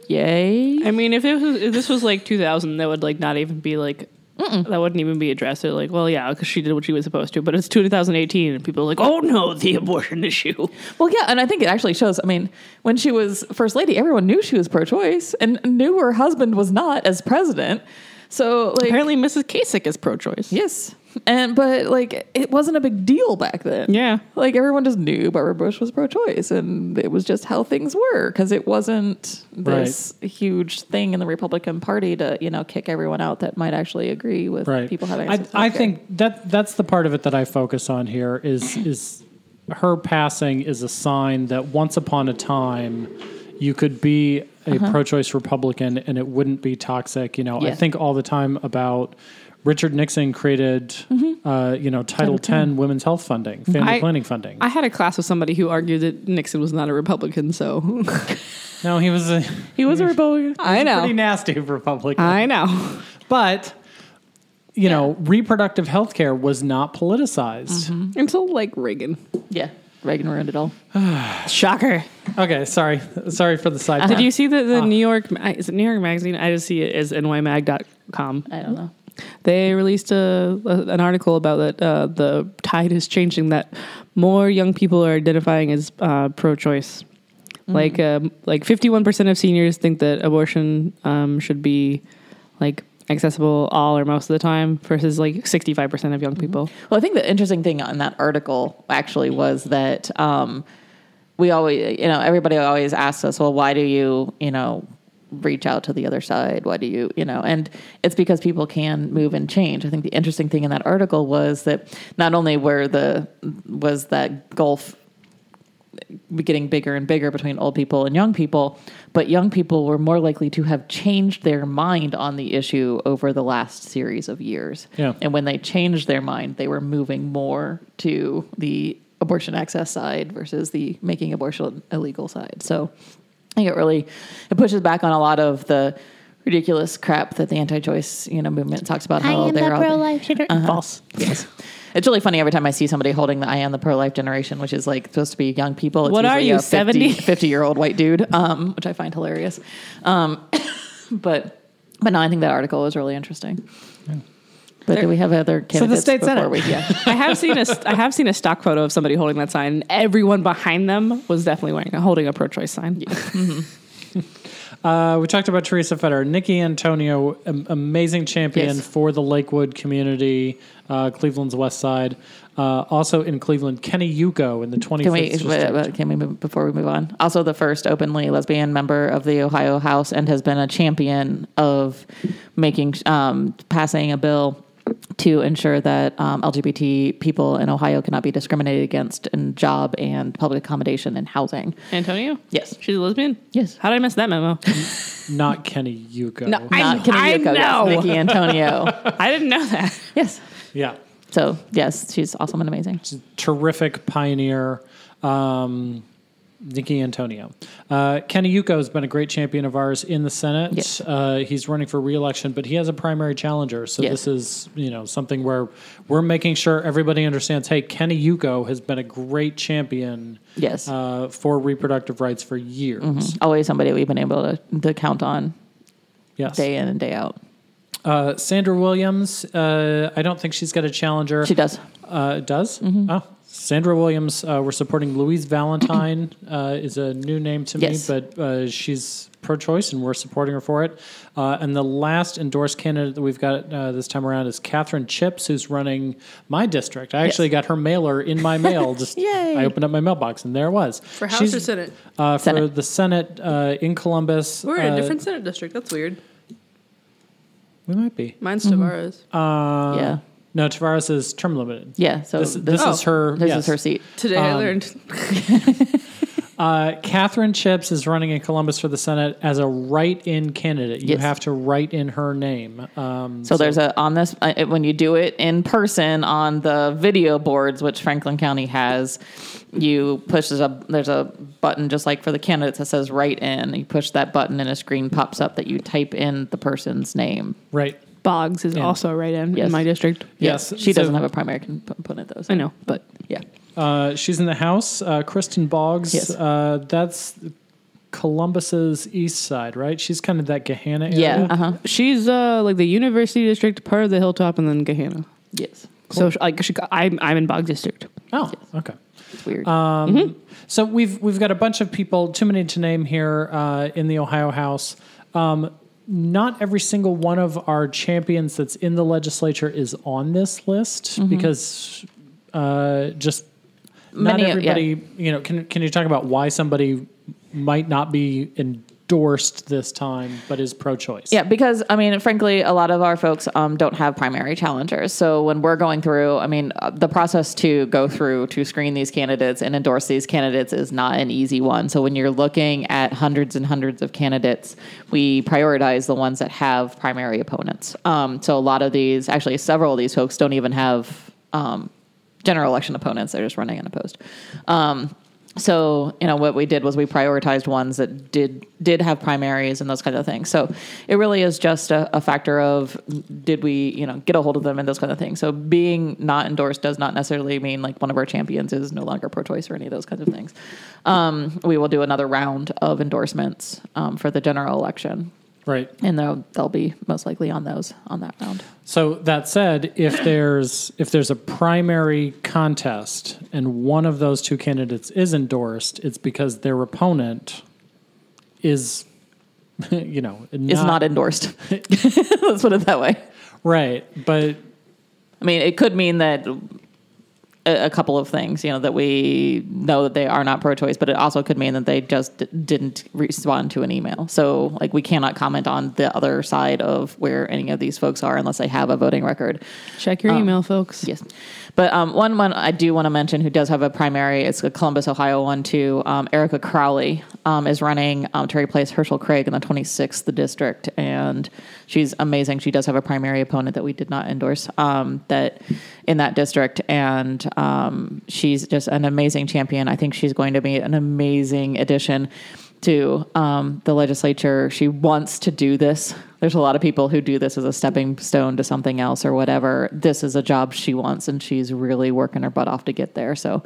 [SPEAKER 4] yay.
[SPEAKER 3] I mean, if it was, if this was like 2000, that would like not even be like that wouldn't even be addressed. They're like, well, yeah, because she did what she was supposed to. But it's 2018, and people are like, oh no, the abortion issue.
[SPEAKER 4] Well, yeah, and I think it actually shows. I mean, when she was first lady, everyone knew she was pro-choice and knew her husband was not as president. So, like,
[SPEAKER 3] Apparently, Mrs. Kasich is pro-choice.
[SPEAKER 4] yes, and but like, it wasn't a big deal back then.
[SPEAKER 3] Yeah.
[SPEAKER 4] like everyone just knew Barbara Bush was pro-choice, and it was just how things were because it wasn't this huge thing in the Republican Party to you know kick everyone out that might actually agree with
[SPEAKER 2] right.
[SPEAKER 4] people having.
[SPEAKER 2] I,
[SPEAKER 4] access to
[SPEAKER 2] I
[SPEAKER 4] healthcare.
[SPEAKER 2] think that that's the part of it that I focus on here is is her passing is a sign that once upon a time you could be a
[SPEAKER 3] Uh-huh.
[SPEAKER 2] pro-choice Republican and it wouldn't be toxic. You know, I
[SPEAKER 4] Yeah.
[SPEAKER 2] think all the time about Richard Nixon created, uh, you know, Title X women's health funding, family
[SPEAKER 3] Mm-hmm. I-
[SPEAKER 2] planning funding.
[SPEAKER 3] I had a class with somebody who argued that Nixon was not a Republican, so
[SPEAKER 2] no, he was a
[SPEAKER 4] he was a Republican.
[SPEAKER 3] I
[SPEAKER 2] pretty
[SPEAKER 3] know,
[SPEAKER 2] nasty Republican.
[SPEAKER 3] I know.
[SPEAKER 2] but you know, reproductive health care was not politicized.
[SPEAKER 3] Until like Reagan,
[SPEAKER 4] Yeah, Reagan ruined it all.
[SPEAKER 3] shocker. Uh,
[SPEAKER 2] Okay, sorry, sorry for the side.
[SPEAKER 3] Did you see the, the New York? Ma- Is it New York Magazine? I just see it as nymag.com.
[SPEAKER 4] I don't know.
[SPEAKER 3] They released a, a an article about that uh, the tide is changing. That more young people are identifying as uh, pro-choice.
[SPEAKER 4] Mm-hmm.
[SPEAKER 3] Like um, like fifty one percent of seniors think that abortion um, should be like accessible all or most of the time, versus like sixty five percent of young
[SPEAKER 4] Mm-hmm.
[SPEAKER 3] people.
[SPEAKER 4] Well, I think the interesting thing on that article actually was that um, we always, you know, everybody always asks us, well, why do you, you know, reach out to the other side? Why do you, you know, and it's because people can move and change. I think the interesting thing in that article was that not only were the, was that gulf be getting bigger and bigger between old people and young people, but young people were more likely to have changed their mind on the issue over the last series of years.
[SPEAKER 2] Yeah.
[SPEAKER 4] And when they changed their mind, they were moving more to the abortion access side versus the making abortion illegal side. So I think it really it pushes back on a lot of the ridiculous crap that the anti-choice, you know, movement talks about how they're all
[SPEAKER 5] life shitter.
[SPEAKER 4] False. Yes. It's really funny every time I see somebody holding the I am the pro life generation, which is like supposed to be young people. It's
[SPEAKER 3] What are
[SPEAKER 4] usually
[SPEAKER 3] you,
[SPEAKER 4] a
[SPEAKER 3] 70?
[SPEAKER 4] 50 year old white dude, um, which I find hilarious. Um, but but no, I think that article is really interesting. But do we have other candidates
[SPEAKER 2] state
[SPEAKER 4] before
[SPEAKER 2] senate.
[SPEAKER 4] we yeah.
[SPEAKER 3] I have seen a st- I have seen a stock photo of somebody holding that sign. and Everyone behind them was definitely wearing holding a pro-choice sign.
[SPEAKER 2] Uh, we talked about Teresa Feder, Nikki Antonio, am- amazing champion
[SPEAKER 4] Yes.
[SPEAKER 2] for the Lakewood community, uh, Cleveland's West Side. Uh, also in Cleveland, Kenny Yuko in the 25th
[SPEAKER 4] Can we
[SPEAKER 2] district.
[SPEAKER 4] uh, can we move, before we move on? Also, the first openly lesbian member of the Ohio House and has been a champion of making um, passing a bill to ensure that um, LGBT people in Ohio cannot be discriminated against in job and public accommodation and housing.
[SPEAKER 3] Antonio,
[SPEAKER 4] Yes.
[SPEAKER 3] she's a lesbian.
[SPEAKER 4] Yes.
[SPEAKER 3] How did I miss that memo?
[SPEAKER 2] Not Kenny Yuko.
[SPEAKER 3] No, I-
[SPEAKER 4] Not Kenny
[SPEAKER 3] I
[SPEAKER 4] Yoko, yes,
[SPEAKER 3] know.
[SPEAKER 4] Nikki Antonio.
[SPEAKER 3] I didn't know that.
[SPEAKER 4] yes.
[SPEAKER 2] yeah,
[SPEAKER 4] So yes, she's awesome and amazing.
[SPEAKER 2] terrific pioneer. Um, Nikki Antonio. Uh, Kenny Yuko has been a great champion of ours in the Senate.
[SPEAKER 4] Yes.
[SPEAKER 2] Uh, he's running for reelection, but he has a primary challenger. So
[SPEAKER 4] Yes.
[SPEAKER 2] this is, you know, something where we're making sure everybody understands, hey, Kenny Yuko has been a great champion
[SPEAKER 4] Yes.
[SPEAKER 2] uh, for reproductive rights for years.
[SPEAKER 4] Always somebody we've been able to, to count on
[SPEAKER 2] Yes.
[SPEAKER 4] day in and day out.
[SPEAKER 2] Uh, Sandra Williams, uh, I don't think she's got a challenger.
[SPEAKER 4] She does.
[SPEAKER 2] Uh, does? Oh. Sandra Williams, uh, we're supporting Louise Valentine, uh, is a new name to
[SPEAKER 4] Yes.
[SPEAKER 2] me, but uh, she's pro choice and we're supporting her for it. Uh, and the last endorsed candidate that we've got uh, this time around is Catherine Chips, who's running my district. I actually got her mailer in my mail. Just
[SPEAKER 4] Yay.
[SPEAKER 2] I opened up my mailbox and there it was. For
[SPEAKER 6] House or Senate?
[SPEAKER 2] Uh, for
[SPEAKER 4] Senate.
[SPEAKER 2] the Senate uh, in Columbus.
[SPEAKER 6] We're in
[SPEAKER 2] Uh,
[SPEAKER 6] a different Senate district. That's weird.
[SPEAKER 2] We might be.
[SPEAKER 6] Mine's Tavares.
[SPEAKER 3] Mm-hmm.
[SPEAKER 2] Uh,
[SPEAKER 4] Yeah.
[SPEAKER 2] No, Tavares is term limited.
[SPEAKER 4] Yeah. So
[SPEAKER 2] This, this
[SPEAKER 6] Oh.
[SPEAKER 2] is her.
[SPEAKER 4] This
[SPEAKER 3] um,
[SPEAKER 2] yes.
[SPEAKER 4] is her seat.
[SPEAKER 6] Today I learned.
[SPEAKER 2] Uh, Catherine Chips is running in Columbus for the Senate as a write-in candidate. You
[SPEAKER 4] Yes.
[SPEAKER 2] have to write in her name. Um,
[SPEAKER 4] So there's a on this uh, when you do it in person on the video boards, which Franklin County has, you push there's a there's a button just like for the candidates that says write in. You push that button and a screen pops up that you type in the person's name.
[SPEAKER 2] right.
[SPEAKER 3] Boggs is also right in
[SPEAKER 4] Yes.
[SPEAKER 3] in my district.
[SPEAKER 2] Yes.
[SPEAKER 4] she
[SPEAKER 2] So,
[SPEAKER 4] doesn't have a primary comp- component though. so-
[SPEAKER 3] I know, but
[SPEAKER 4] Yeah.
[SPEAKER 2] Uh, she's in the House. Uh, Kristen Boggs.
[SPEAKER 4] Yes.
[SPEAKER 2] Uh, that's Columbus's east side, right? She's kind of that Gahanna area.
[SPEAKER 4] Yeah. Uh huh.
[SPEAKER 3] she's uh, like the University District, part of the Hilltop, and then Gahanna.
[SPEAKER 4] Yes.
[SPEAKER 3] So she- like she, I'm I'm in Boggs District.
[SPEAKER 2] Oh, okay.
[SPEAKER 4] It's weird.
[SPEAKER 2] Um, So we've we've got a bunch of people, too many to name here uh, in the Ohio House. Um, not every single one of our champions that's in the legislature is on this list
[SPEAKER 4] Mm-hmm.
[SPEAKER 2] because uh, just
[SPEAKER 4] Many-
[SPEAKER 2] not
[SPEAKER 4] yeah.
[SPEAKER 2] everybody. You know, can can you talk about why somebody might not be endorsed this time but is pro-choice?
[SPEAKER 4] Yeah, because I mean, frankly, a lot of our folks um, don't have primary challengers. So when we're going through, I mean, uh, the process to go through to screen these candidates and endorse these candidates is not an easy one. So when you're looking at hundreds and hundreds of candidates, we prioritize the ones that have primary opponents. Um, so a lot of these, actually, several of these folks don't even have um, general election opponents. They're just running unopposed. Um, so you know what we did was we prioritized ones that did did have primaries and those kind of things. So it really is just a, a factor of did we you know get a hold of them and those kind of things. So being not endorsed does not necessarily mean like one of our champions is no longer pro-choice or any of those kinds of things. Um, we will do another round of endorsements um, for the general election,
[SPEAKER 2] Right.
[SPEAKER 4] and they'll they'll be most likely on those on that round.
[SPEAKER 2] So that said, if there's if there's a primary contest and one of those two candidates is endorsed, it's because their opponent is, you know, not,
[SPEAKER 4] It's not endorsed. Let's put it that way.
[SPEAKER 2] right. But
[SPEAKER 4] I mean, it could mean that a, a couple of things, you know, that we know that they are not pro choice, but it also could mean that they just d- didn't respond to an email. So, like, we cannot comment on the other side of where any of these folks are unless they have a voting record.
[SPEAKER 3] Check your
[SPEAKER 4] Um,
[SPEAKER 3] email, folks.
[SPEAKER 4] Yes. But um, one one I do want to mention who does have a primary, it's a Columbus, Ohio one too. Um, Erica Crowley um, is running um, to replace Herschel Craig in the 26th district, and she's amazing. She does have a primary opponent that we did not endorse um, that in that district, and um, she's just an amazing champion. I think she's going to be an amazing addition to um, the legislature. She wants to do this. There's a lot of people who do this as a stepping stone to something else or whatever. This is a job she wants, and she's really working her butt off to get there. So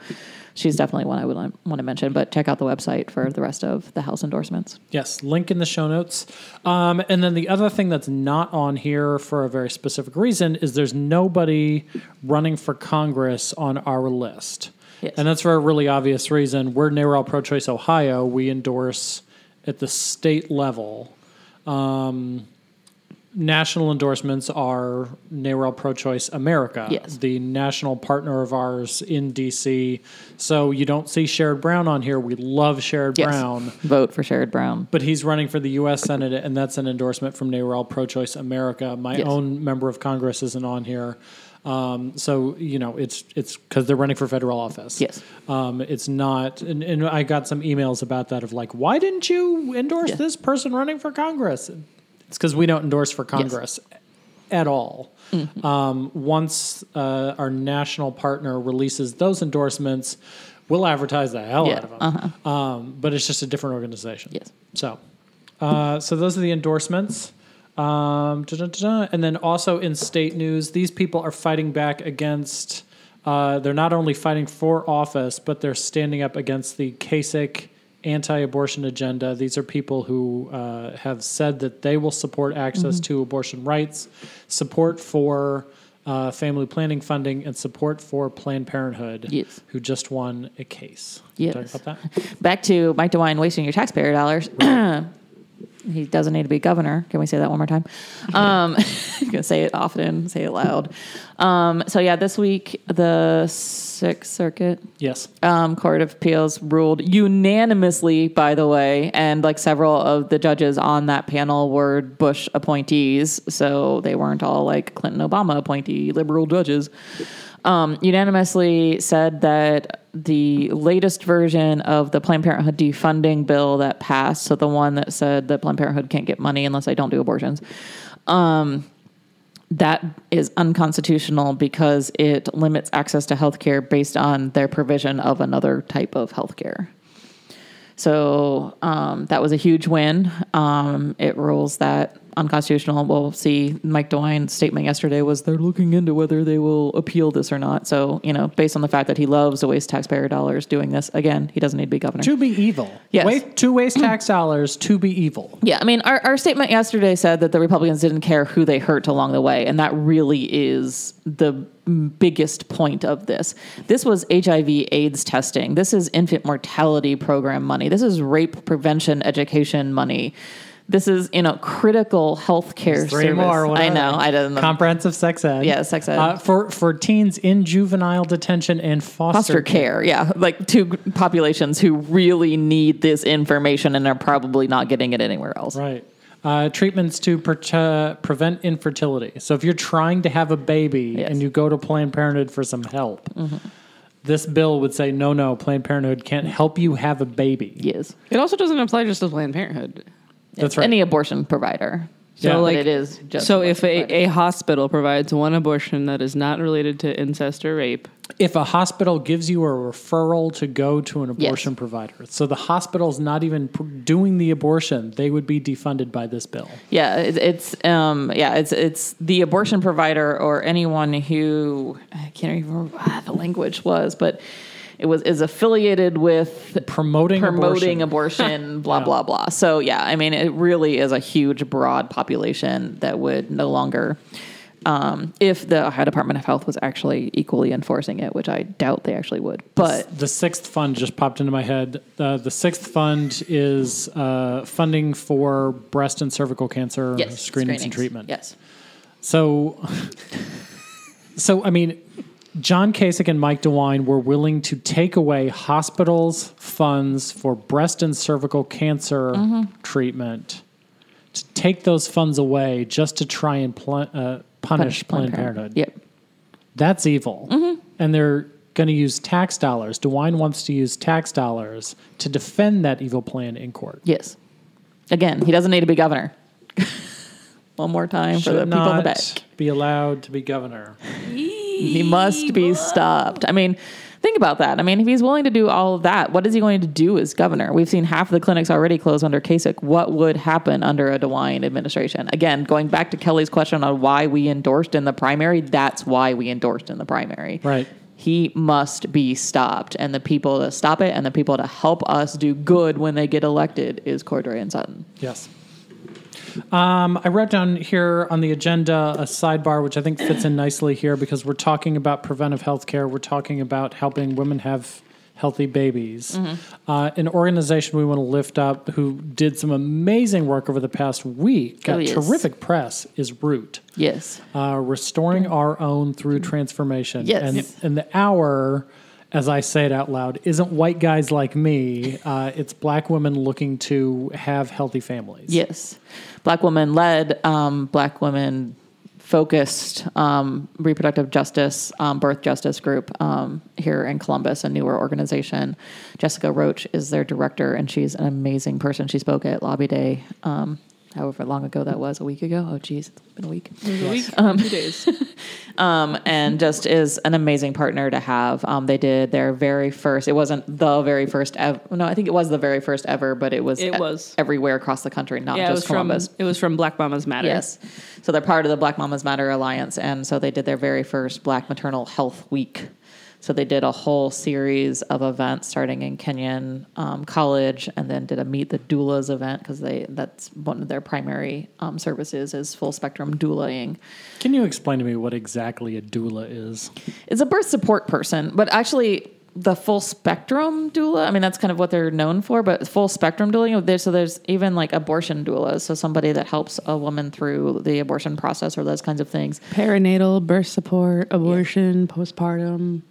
[SPEAKER 4] she's definitely one I would want to mention. But check out the website for the rest of the House endorsements.
[SPEAKER 2] Yes, link in the show notes. Um, and then the other thing that's not on here for a very specific reason is there's nobody running for Congress on our list.
[SPEAKER 4] Yes.
[SPEAKER 2] And that's for a really obvious reason. We're NARAL Pro Choice Ohio. We endorse at the state level. Um, national endorsements are NARAL Pro Choice America,
[SPEAKER 4] Yes.
[SPEAKER 2] the national partner of ours in DC. So you don't see Sherrod Brown on here. We love Sherrod
[SPEAKER 4] Yes.
[SPEAKER 2] Brown.
[SPEAKER 4] Vote for Sherrod Brown.
[SPEAKER 2] But he's running for the U.S. Senate, and that's an endorsement from NARAL Pro Choice America. My
[SPEAKER 4] Yes.
[SPEAKER 2] own member of Congress isn't on here. Um, so you know it's it's because they're running for federal office.
[SPEAKER 4] Yes.
[SPEAKER 2] um, it's not. And, and I got some emails about that of like, why didn't you endorse
[SPEAKER 4] Yeah.
[SPEAKER 2] this person running for Congress? And It's because we don't endorse for Congress at all.
[SPEAKER 4] Mm-hmm.
[SPEAKER 2] Um, once uh, our national partner releases those endorsements, we'll advertise the hell
[SPEAKER 4] Yeah, Uh-huh.
[SPEAKER 2] out of them. Um, but it's just a different organization.
[SPEAKER 4] Yes.
[SPEAKER 2] So, uh, so those are the endorsements. Um, da-da-da-da. And then also in state news, these people are fighting back against. Uh, they're not only fighting for office, but they're standing up against the Kasich anti-abortion agenda. These are people who uh, have said that they will support access
[SPEAKER 4] Mm-hmm.
[SPEAKER 2] to abortion rights, support for uh, family planning funding, and support for Planned Parenthood,
[SPEAKER 4] Yes.
[SPEAKER 2] who just won a case.
[SPEAKER 4] Yes.
[SPEAKER 2] Talk about that.
[SPEAKER 4] Back to Mike DeWine wasting your taxpayer dollars. he doesn't need to be governor. Can we say that one more time? Um, you can say it often, say it loud. Um, so yeah, this week the Sixth Circuit
[SPEAKER 2] Yes.
[SPEAKER 4] um, Court of Appeals ruled unanimously, by the way, and like several of the judges on that panel were Bush appointees, so they weren't all like Clinton Obama appointee liberal judges. Um, unanimously said that the latest version of the Planned Parenthood defunding bill that passed. So the one that said that Planned Parenthood can't get money unless I don't do abortions. Um, that is unconstitutional because it limits access to health care based on their provision of another type of health care. So um, that was a huge win. Um, it rules that unconstitutional. We'll see. Mike DeWine's statement yesterday was they're looking into whether they will appeal this or not. So, you know, based on the fact that he loves to waste taxpayer dollars doing this, again, he doesn't need to be governor.
[SPEAKER 2] To be evil.
[SPEAKER 4] Yes.
[SPEAKER 2] Wait, to waste tax dollars to be evil.
[SPEAKER 4] Yeah, I mean, our, our statement yesterday said that the Republicans didn't care who they hurt along the way, and that really is the biggest point of this. This was HIV AIDS testing. This is infant mortality program money. This is rape prevention education money. This is, you know, critical health care
[SPEAKER 2] Three
[SPEAKER 4] service.
[SPEAKER 2] more. what
[SPEAKER 4] I
[SPEAKER 2] are
[SPEAKER 4] know.
[SPEAKER 2] they?
[SPEAKER 4] I didn't
[SPEAKER 2] Comprehensive sex ed.
[SPEAKER 4] Yeah, sex ed.
[SPEAKER 2] Uh, for for teens in juvenile detention and foster,
[SPEAKER 4] foster care. Yeah, like two g- populations who really need this information and are probably not getting it anywhere else.
[SPEAKER 2] Right. Uh, treatments to pre- uh, prevent infertility. So if you're trying to have a baby
[SPEAKER 4] Yes. Mm-hmm.
[SPEAKER 2] and you go to Planned Parenthood for some help, this bill would say, no, no, Planned Parenthood can't help you have a baby.
[SPEAKER 4] Yes.
[SPEAKER 3] It also doesn't apply just to Planned Parenthood.
[SPEAKER 2] That's right.
[SPEAKER 4] Any abortion provider. So
[SPEAKER 2] Yeah.
[SPEAKER 4] like
[SPEAKER 3] like-
[SPEAKER 4] it is just
[SPEAKER 3] so if
[SPEAKER 4] abortion
[SPEAKER 3] a, a hospital provides one abortion that is not related to incest or rape,
[SPEAKER 2] if a hospital gives you a referral to go to an
[SPEAKER 4] Yes.
[SPEAKER 2] abortion provider, so the hospital's not even pr- doing the abortion, they would be defunded by this bill.
[SPEAKER 4] Yeah, it, it's um, yeah, it's it's the abortion provider or anyone who I can't even remember what the language was, but it was is affiliated with
[SPEAKER 2] Promoting
[SPEAKER 4] promoting
[SPEAKER 2] abortion.
[SPEAKER 4] abortion, blah blah blah. So yeah, I mean, it really is a huge broad population that would no longer. Um, if the Ohio Department of Health was actually equally enforcing it, which I doubt they actually would, but
[SPEAKER 2] the sixth fund just popped into my head. Uh, the sixth fund is uh, funding for breast and cervical cancer
[SPEAKER 4] yes,
[SPEAKER 2] screenings, and
[SPEAKER 4] screenings.
[SPEAKER 2] treatment.
[SPEAKER 4] Yes,
[SPEAKER 2] So, so I mean, John Kasich and Mike DeWine were willing to take away hospitals' funds for breast and cervical cancer
[SPEAKER 4] Mm-hmm.
[SPEAKER 2] treatment, to take those funds away just to try and pl- uh, punish, Planned, Parenthood.
[SPEAKER 4] Yep. Mm-hmm.
[SPEAKER 2] That's evil. And they're going to use tax dollars. DeWine wants to use tax dollars to defend that evil plan in court.
[SPEAKER 4] Yes. Again, he doesn't need to be governor. One more time for
[SPEAKER 2] Should
[SPEAKER 4] the people in the
[SPEAKER 2] not
[SPEAKER 4] back.
[SPEAKER 2] be allowed to be governor.
[SPEAKER 4] He must be stopped. I mean, think about that. I mean, if he's willing to do all of that, what is he going to do as governor? We've seen half of the clinics already close under Kasich. What would happen under a DeWine administration? Again, going back to Kelly's question on why we endorsed in the primary, that's why we endorsed in the primary.
[SPEAKER 2] Right.
[SPEAKER 4] He must be stopped. And the people to stop it and the people to help us do good when they get elected is Cordray and Sutton.
[SPEAKER 2] Yes. Um, I wrote down here on the agenda a sidebar, which I think fits in nicely here because we're talking about preventive health care. We're talking about helping women have healthy babies.
[SPEAKER 4] Mm-hmm.
[SPEAKER 2] Uh, an organization we want to lift up who did some amazing work over the past week, got
[SPEAKER 4] Oh, yes.
[SPEAKER 2] terrific press, is Root.
[SPEAKER 4] Yes.
[SPEAKER 2] Uh, restoring our own through transformation.
[SPEAKER 4] Yes.
[SPEAKER 2] And,
[SPEAKER 4] Yep.
[SPEAKER 2] and the hour, as I say it out loud, isn't white guys like me. Uh, it's black women looking to have healthy families.
[SPEAKER 4] Yes. Black women led, um, black women focused um, reproductive justice, um, birth justice group um, here in Columbus, a newer organization. Jessica Roach is their director, and she's an amazing person. She spoke at Lobby Day. Um, However long ago that was, a week ago. Oh, geez, it's been a week.
[SPEAKER 6] a week, two days.
[SPEAKER 4] Um, and just is an amazing partner to have. Um, they did their very first. It wasn't the very first ever. No, I think it was the very first ever, but it was
[SPEAKER 3] It
[SPEAKER 4] e-
[SPEAKER 3] was.
[SPEAKER 4] everywhere across the country, not
[SPEAKER 3] yeah, it was
[SPEAKER 4] just Columbus.
[SPEAKER 3] from it was from Black Mamas Matter.
[SPEAKER 4] Yes. So they're part of the Black Mamas Matter Alliance. And so they did their very first Black Maternal Health Week. So they did a whole series of events starting in Kenyon um, College and then did a Meet the Doulas event because they that's one of their primary um, services is full spectrum doulaing.
[SPEAKER 2] Can you explain to me what exactly a doula is?
[SPEAKER 4] It's a birth support person, but actually the full spectrum doula. I mean, that's kind of what they're known for, but full spectrum doula. There, so there's even like abortion doulas, so somebody that helps a woman through the abortion process or those kinds of things.
[SPEAKER 3] Perinatal, birth support, abortion, postpartum.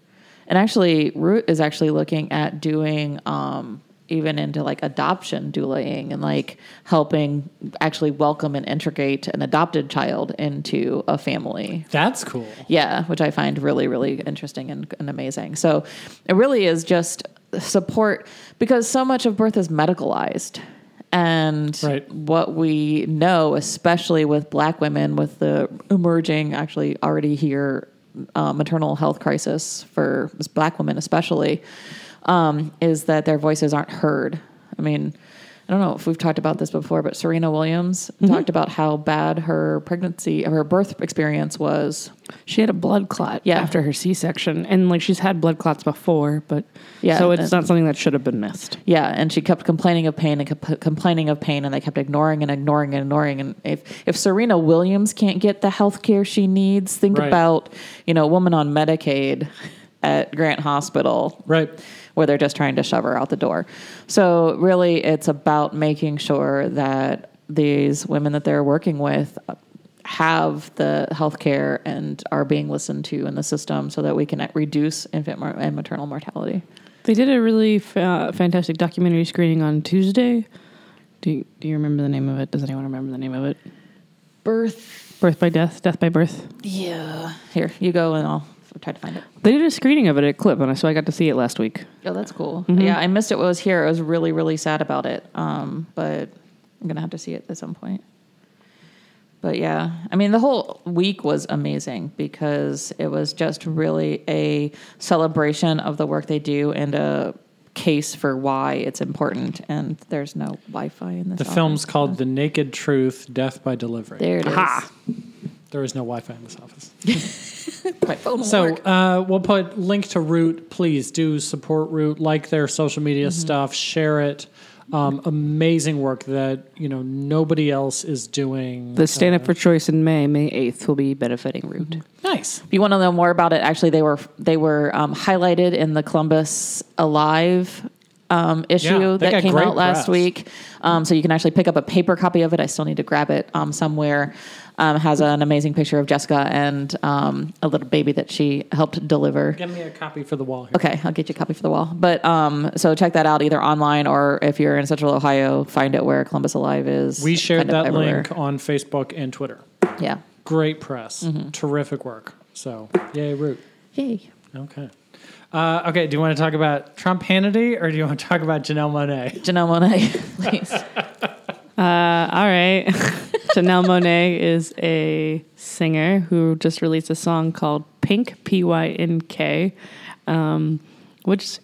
[SPEAKER 4] And actually, Root is actually looking at doing um, even into like adoption doulaing and like helping actually welcome and integrate an adopted child into a family.
[SPEAKER 2] That's cool.
[SPEAKER 4] Yeah, which I find really, really interesting and, and amazing. So it really is just support because so much of birth is medicalized. And
[SPEAKER 2] Right.
[SPEAKER 4] what we know, especially with black women, with the emerging, actually already here, uh, maternal health crisis for black women, especially, um, is that their voices aren't heard. I mean, I don't know if we've talked about this before, but Serena Williams talked about how bad her pregnancy, her birth experience was
[SPEAKER 3] She had a blood clot
[SPEAKER 4] Yeah.
[SPEAKER 3] after her C-section, and like she's had blood clots before, but
[SPEAKER 4] Yeah,
[SPEAKER 3] so it's
[SPEAKER 4] and-
[SPEAKER 3] not something that should have been missed.
[SPEAKER 4] Yeah, and she kept complaining of pain and kept complaining of pain, and they kept ignoring and ignoring and ignoring. And if if Serena Williams can't get the health care she needs, think
[SPEAKER 2] Right.
[SPEAKER 4] about you know a woman on Medicaid at Grant Hospital,
[SPEAKER 2] Right.
[SPEAKER 4] where they're just trying to shove her out the door. So really, it's about making sure that these women that they're working with have the health care and are being listened to in the system, so that we can reduce infant mor- and maternal mortality.
[SPEAKER 3] They did a really fa- fantastic documentary screening on Tuesday. Do you, do you remember the name of it? Does anyone remember the name of it?
[SPEAKER 4] Birth
[SPEAKER 3] Birth by Death, Death by Birth.
[SPEAKER 4] Yeah. Here, you go and I'll try to find it.
[SPEAKER 3] They did a screening of it at Clip, and I- so I got to see it last week.
[SPEAKER 4] Oh, that's cool. Yeah, I missed it when I was here. I was really, really sad about it. Um, but I'm gonna have to see it at some point. But yeah, I mean, the whole week was amazing because it was just really a celebration of the work they do and a case for why it's important. And there's no Wi-Fi in this.
[SPEAKER 2] The
[SPEAKER 4] office.
[SPEAKER 2] film's called The Naked Truth Death by Delivery.
[SPEAKER 4] There it is.
[SPEAKER 2] There is no Wi Fi in this office.
[SPEAKER 4] My phone won't
[SPEAKER 2] So
[SPEAKER 4] work.
[SPEAKER 2] uh, we'll put link to Root. Please do support Root, like their social media
[SPEAKER 4] Mm-hmm.
[SPEAKER 2] stuff, share it. Um, amazing work that you know nobody else is doing.
[SPEAKER 3] The Stand Up for Choice in May, May 8th, will be benefiting Root.
[SPEAKER 2] nice.
[SPEAKER 4] If you want to know more about it, actually, they were they were um, highlighted in the Columbus Alive um, issue
[SPEAKER 2] Yeah, they got
[SPEAKER 4] that came
[SPEAKER 2] great
[SPEAKER 4] out
[SPEAKER 2] press.
[SPEAKER 4] last week. Um, so you can actually pick up a paper copy of it. I still need to grab it um, somewhere. Um, has an amazing picture of Jessica and um, a little baby that she helped deliver.
[SPEAKER 2] Give me a copy for the wall here.
[SPEAKER 4] Okay, I'll get you a copy for the wall. But um, so check that out either online or if you're in Central Ohio, find out where Columbus Alive is.
[SPEAKER 2] We shared
[SPEAKER 4] kind of
[SPEAKER 2] that
[SPEAKER 4] everywhere.
[SPEAKER 2] link on Facebook and Twitter.
[SPEAKER 4] Yeah.
[SPEAKER 2] Great press,
[SPEAKER 4] Mm-hmm.
[SPEAKER 2] terrific work. So yay, Root.
[SPEAKER 4] Yay.
[SPEAKER 2] Okay. Uh, okay. Do you want to talk about Trump Hannity or do you want to talk about Janelle Monet?
[SPEAKER 4] Janelle Monet, please.
[SPEAKER 3] Uh, all right. Janelle Monet is a singer who just released a song called Pink, P Y N K, um, which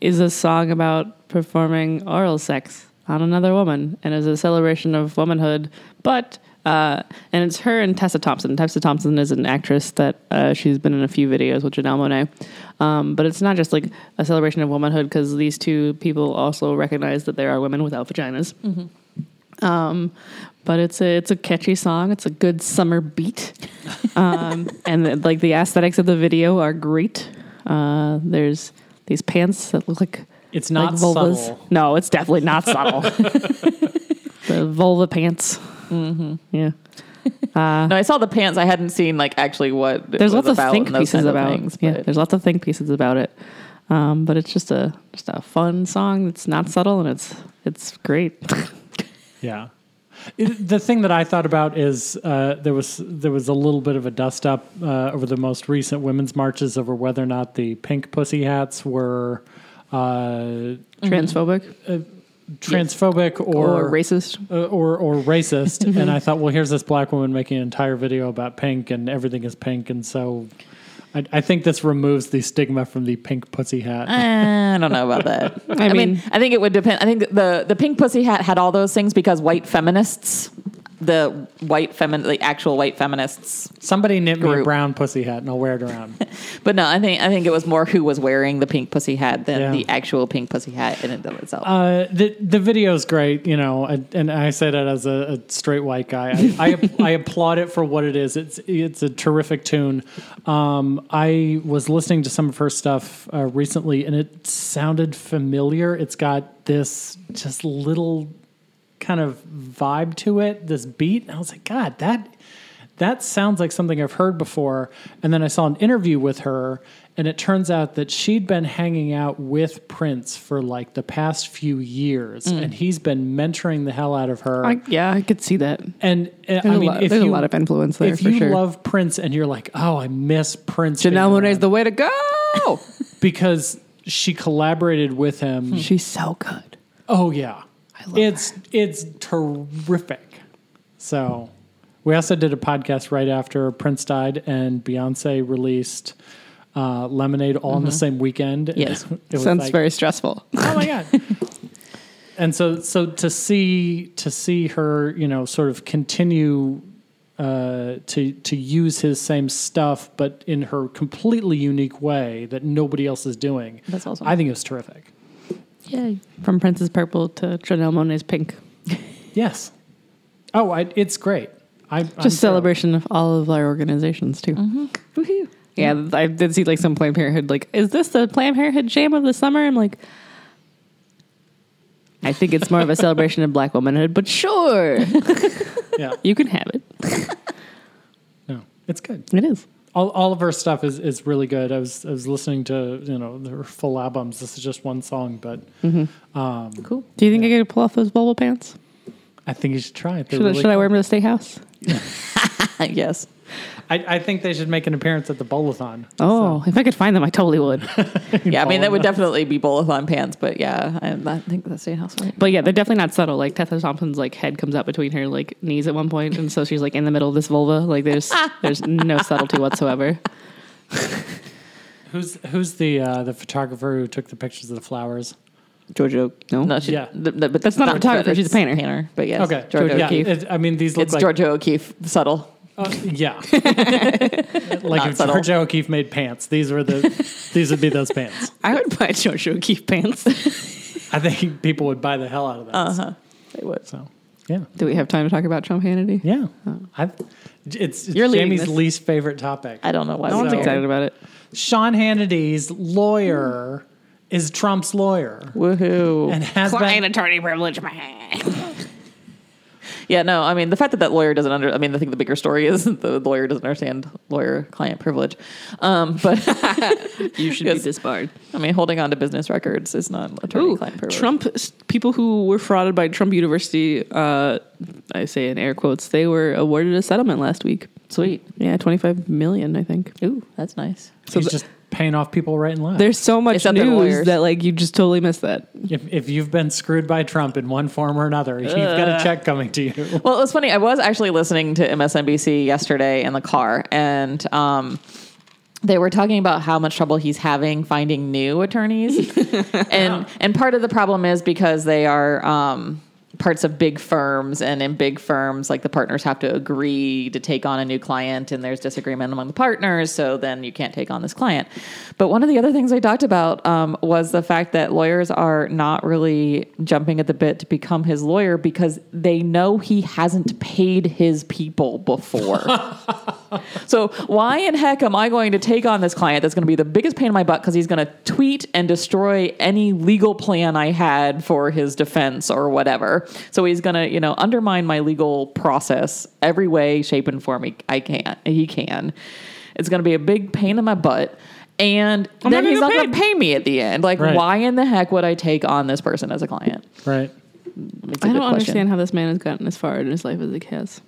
[SPEAKER 3] is a song about performing oral sex on another woman and is a celebration of womanhood. But, uh, and it's her and Tessa Thompson. Tessa Thompson is an actress that uh, she's been in a few videos with Janelle Monet. Um, but it's not just like a celebration of womanhood because these two people also recognize that there are women without vaginas. Um, but it's a it's a catchy song. It's a good summer beat, um, and the, like the aesthetics of the video are great. Uh, there's these pants that look like
[SPEAKER 2] It's not
[SPEAKER 3] like vulvas.
[SPEAKER 2] subtle.
[SPEAKER 3] No, it's definitely not subtle. the vulva pants.
[SPEAKER 4] Mm-hmm.
[SPEAKER 3] Yeah,
[SPEAKER 4] No, I saw the pants. I hadn't seen like actually what it was
[SPEAKER 3] there's lots of
[SPEAKER 4] about
[SPEAKER 3] think
[SPEAKER 4] and those
[SPEAKER 3] pieces
[SPEAKER 4] kinds of
[SPEAKER 3] about.
[SPEAKER 4] things,
[SPEAKER 3] yeah,
[SPEAKER 4] but-
[SPEAKER 3] there's lots of think pieces about it. Um, but it's just a just a fun song. It's not subtle, and it's it's great.
[SPEAKER 4] Mm-hmm.
[SPEAKER 2] Yeah. It, the thing that I thought about is uh, there was there was a little bit of a dust up uh, over the most recent women's marches over whether or not the pink pussy hats were uh,
[SPEAKER 3] Transphobic
[SPEAKER 2] transphobic or
[SPEAKER 3] or racist.
[SPEAKER 2] uh, or or racist. and I thought, well, here's this black woman making an entire video about pink and everything is pink, and so I, I think this removes the stigma from the pink pussy hat.
[SPEAKER 4] Eh, I don't know about that. I, mean,
[SPEAKER 3] mean-
[SPEAKER 4] I think it would depend. I think the the pink pussy hat had all those things because white feminists, the white femin, the actual white feminists.
[SPEAKER 2] Somebody knit me a
[SPEAKER 4] Group.
[SPEAKER 2] brown pussy hat, and I'll wear it around.
[SPEAKER 4] But no, I think I think it was more who was wearing the pink pussy hat than
[SPEAKER 2] Yeah.
[SPEAKER 4] the actual pink pussy hat in and of itself.
[SPEAKER 2] Uh, the the video's great, you know, and, and I say that as a, a straight white guy. I, I I applaud it for what it is. It's it's a terrific tune. Um, I was listening to some of her stuff uh, recently, and it sounded familiar. It's got this just little kind of vibe to it, this beat, and I was like, God, that that sounds like something I've heard before. And then I saw an interview with her, and it turns out that she'd been hanging out with Prince for like the past few years, and he's been mentoring the hell out of her.
[SPEAKER 3] Mm. I, yeah, I could see that.
[SPEAKER 2] and and
[SPEAKER 3] There's,
[SPEAKER 2] I
[SPEAKER 3] a,
[SPEAKER 2] mean,
[SPEAKER 3] lot,
[SPEAKER 2] if
[SPEAKER 3] there's
[SPEAKER 2] you,
[SPEAKER 3] a lot of influence there
[SPEAKER 2] if
[SPEAKER 3] for
[SPEAKER 2] you
[SPEAKER 3] sure.
[SPEAKER 2] love Prince and you're like, oh, I miss Prince. being
[SPEAKER 3] Janelle Monae's
[SPEAKER 2] around,"
[SPEAKER 3] the way to go.
[SPEAKER 2] because she collaborated with him.
[SPEAKER 3] She's so good.
[SPEAKER 2] Oh yeah, I
[SPEAKER 3] love
[SPEAKER 2] it's it's terrific. So we also did a podcast right after Prince died and Beyonce released uh, Lemonade all in the same weekend.
[SPEAKER 4] Yes.
[SPEAKER 2] it was
[SPEAKER 3] Sounds
[SPEAKER 2] like,
[SPEAKER 3] very stressful.
[SPEAKER 2] oh my god. and so so to see to see her, you know, sort of continue. Uh, to to use his same stuff, but in her completely unique way that nobody else is doing.
[SPEAKER 4] That's awesome.
[SPEAKER 2] I think it was terrific.
[SPEAKER 4] Yay.
[SPEAKER 3] From Prince's Purple to Janelle Monae's Pink.
[SPEAKER 2] Yes. Oh, I, it's great. I I'm thrilled.
[SPEAKER 3] Just celebration of all of our organizations too.
[SPEAKER 4] Woohoo.
[SPEAKER 3] Mm-hmm. Yeah, th- I did see like some Planned Parenthood. Like, is this the Planned Parenthood jam of the summer? I'm like, I think it's more of a celebration of Black womanhood, but sure,
[SPEAKER 2] Yeah,
[SPEAKER 3] you can have it.
[SPEAKER 2] no, it's good.
[SPEAKER 3] It is.
[SPEAKER 2] All, all of her stuff is, is really good. I was I was listening to you know her full albums. This is just one song, but
[SPEAKER 4] Cool.
[SPEAKER 3] Do you think I could pull off those bubble pants?
[SPEAKER 2] I think you should try it. They're
[SPEAKER 3] Should, I
[SPEAKER 2] really
[SPEAKER 3] should I wear them to the State House?
[SPEAKER 4] yes.
[SPEAKER 2] cool. I, I think they should make an appearance at the bowl-a-thon.
[SPEAKER 3] Oh, if I could find them, I totally would.
[SPEAKER 4] Yeah, I mean, that
[SPEAKER 2] Bowl-a-thon.
[SPEAKER 4] would definitely be bowl-a-thon pants, but yeah, I, I think that's the house right.
[SPEAKER 3] But yeah, they're definitely not subtle. Like Tessa Thompson's like head comes up between her like knees at one point, and so she's like in the middle of this vulva. Like there's there's no subtlety whatsoever.
[SPEAKER 2] Who's who's the uh, the photographer who took the pictures of the flowers?
[SPEAKER 4] Giorgio. No. No,
[SPEAKER 2] Yeah.
[SPEAKER 4] th- th- but
[SPEAKER 3] That's not a photographer, she's a painter.
[SPEAKER 4] Painter, but yes.
[SPEAKER 2] okay,
[SPEAKER 4] Giorgio
[SPEAKER 2] yeah,
[SPEAKER 4] O'Keefe.
[SPEAKER 2] it- I mean these look
[SPEAKER 4] It's
[SPEAKER 2] like
[SPEAKER 4] Giorgio O'Keefe, subtle.
[SPEAKER 2] uh, yeah, like
[SPEAKER 4] Not
[SPEAKER 2] if
[SPEAKER 4] subtle.
[SPEAKER 2] Georgia O'Keefe made pants. These were the these would be those pants.
[SPEAKER 3] I would buy Joshua Keith pants.
[SPEAKER 2] I think people would buy the hell out of those.
[SPEAKER 3] Uh-huh.
[SPEAKER 4] It was.
[SPEAKER 2] So yeah.
[SPEAKER 3] Do we have time to talk about Trump Hannity?
[SPEAKER 2] Yeah, I've, it's, it's
[SPEAKER 3] You're leading
[SPEAKER 2] Jamie's
[SPEAKER 3] this.
[SPEAKER 2] least favorite topic.
[SPEAKER 4] I don't know why.
[SPEAKER 3] No
[SPEAKER 4] we
[SPEAKER 3] one's
[SPEAKER 4] did.
[SPEAKER 3] excited about it.
[SPEAKER 2] Sean Hannity's lawyer is Trump's lawyer
[SPEAKER 4] Woohoo.
[SPEAKER 2] and has
[SPEAKER 3] Client
[SPEAKER 2] been.
[SPEAKER 3] attorney privilege.
[SPEAKER 4] Yeah, no, I mean, the fact that that lawyer doesn't under, I mean, I think the bigger story is the lawyer doesn't understand lawyer client privilege. Um, but
[SPEAKER 3] you should
[SPEAKER 4] be
[SPEAKER 3] be disbarred.
[SPEAKER 4] I mean, holding on to business records is not attorney client privilege.
[SPEAKER 3] Trump s- people who were frauded by Trump University. Uh, I say in air quotes. They were awarded a settlement last week.
[SPEAKER 4] Sweet.
[SPEAKER 3] Yeah, twenty five million, I think.
[SPEAKER 4] Ooh, that's nice.
[SPEAKER 2] He's just paying off people right and left.
[SPEAKER 3] There's so much
[SPEAKER 4] Except they're lawyers.
[SPEAKER 3] news that like you just totally miss that.
[SPEAKER 2] if, if you've been screwed by Trump in one form or another, you've
[SPEAKER 3] Uh.
[SPEAKER 2] got a check coming to you.
[SPEAKER 4] Well, it was funny. I was actually listening to MSNBC yesterday in the car, and um, they were talking about how much trouble he's having finding new attorneys, and and part of the problem is because they are. Um, parts of big firms and in big firms like the partners have to agree to take on a new client and there's disagreement among the partners so then you can't take on this client but one of the other things they talked about um, was the fact that lawyers are not really jumping at the bit to become his lawyer because they know he hasn't paid his people before so why in heck am I going to take on this client that's going to be the biggest pain in my butt because he's going to tweet and destroy any legal plan I had for his defense or whatever. So he's going to, you know, undermine my legal process every way, shape, and form he, I can. He can. It's going to be a big pain in my butt. And then
[SPEAKER 3] gonna
[SPEAKER 4] he's
[SPEAKER 3] get
[SPEAKER 4] not going
[SPEAKER 3] paid.
[SPEAKER 4] to pay me at the end. Like,
[SPEAKER 2] Right.
[SPEAKER 4] why in the heck would I take on this person as a client?
[SPEAKER 2] Right.
[SPEAKER 4] It's a
[SPEAKER 3] I
[SPEAKER 4] good
[SPEAKER 3] don't
[SPEAKER 4] question.
[SPEAKER 3] understand how this man has gotten as far in his life as he has.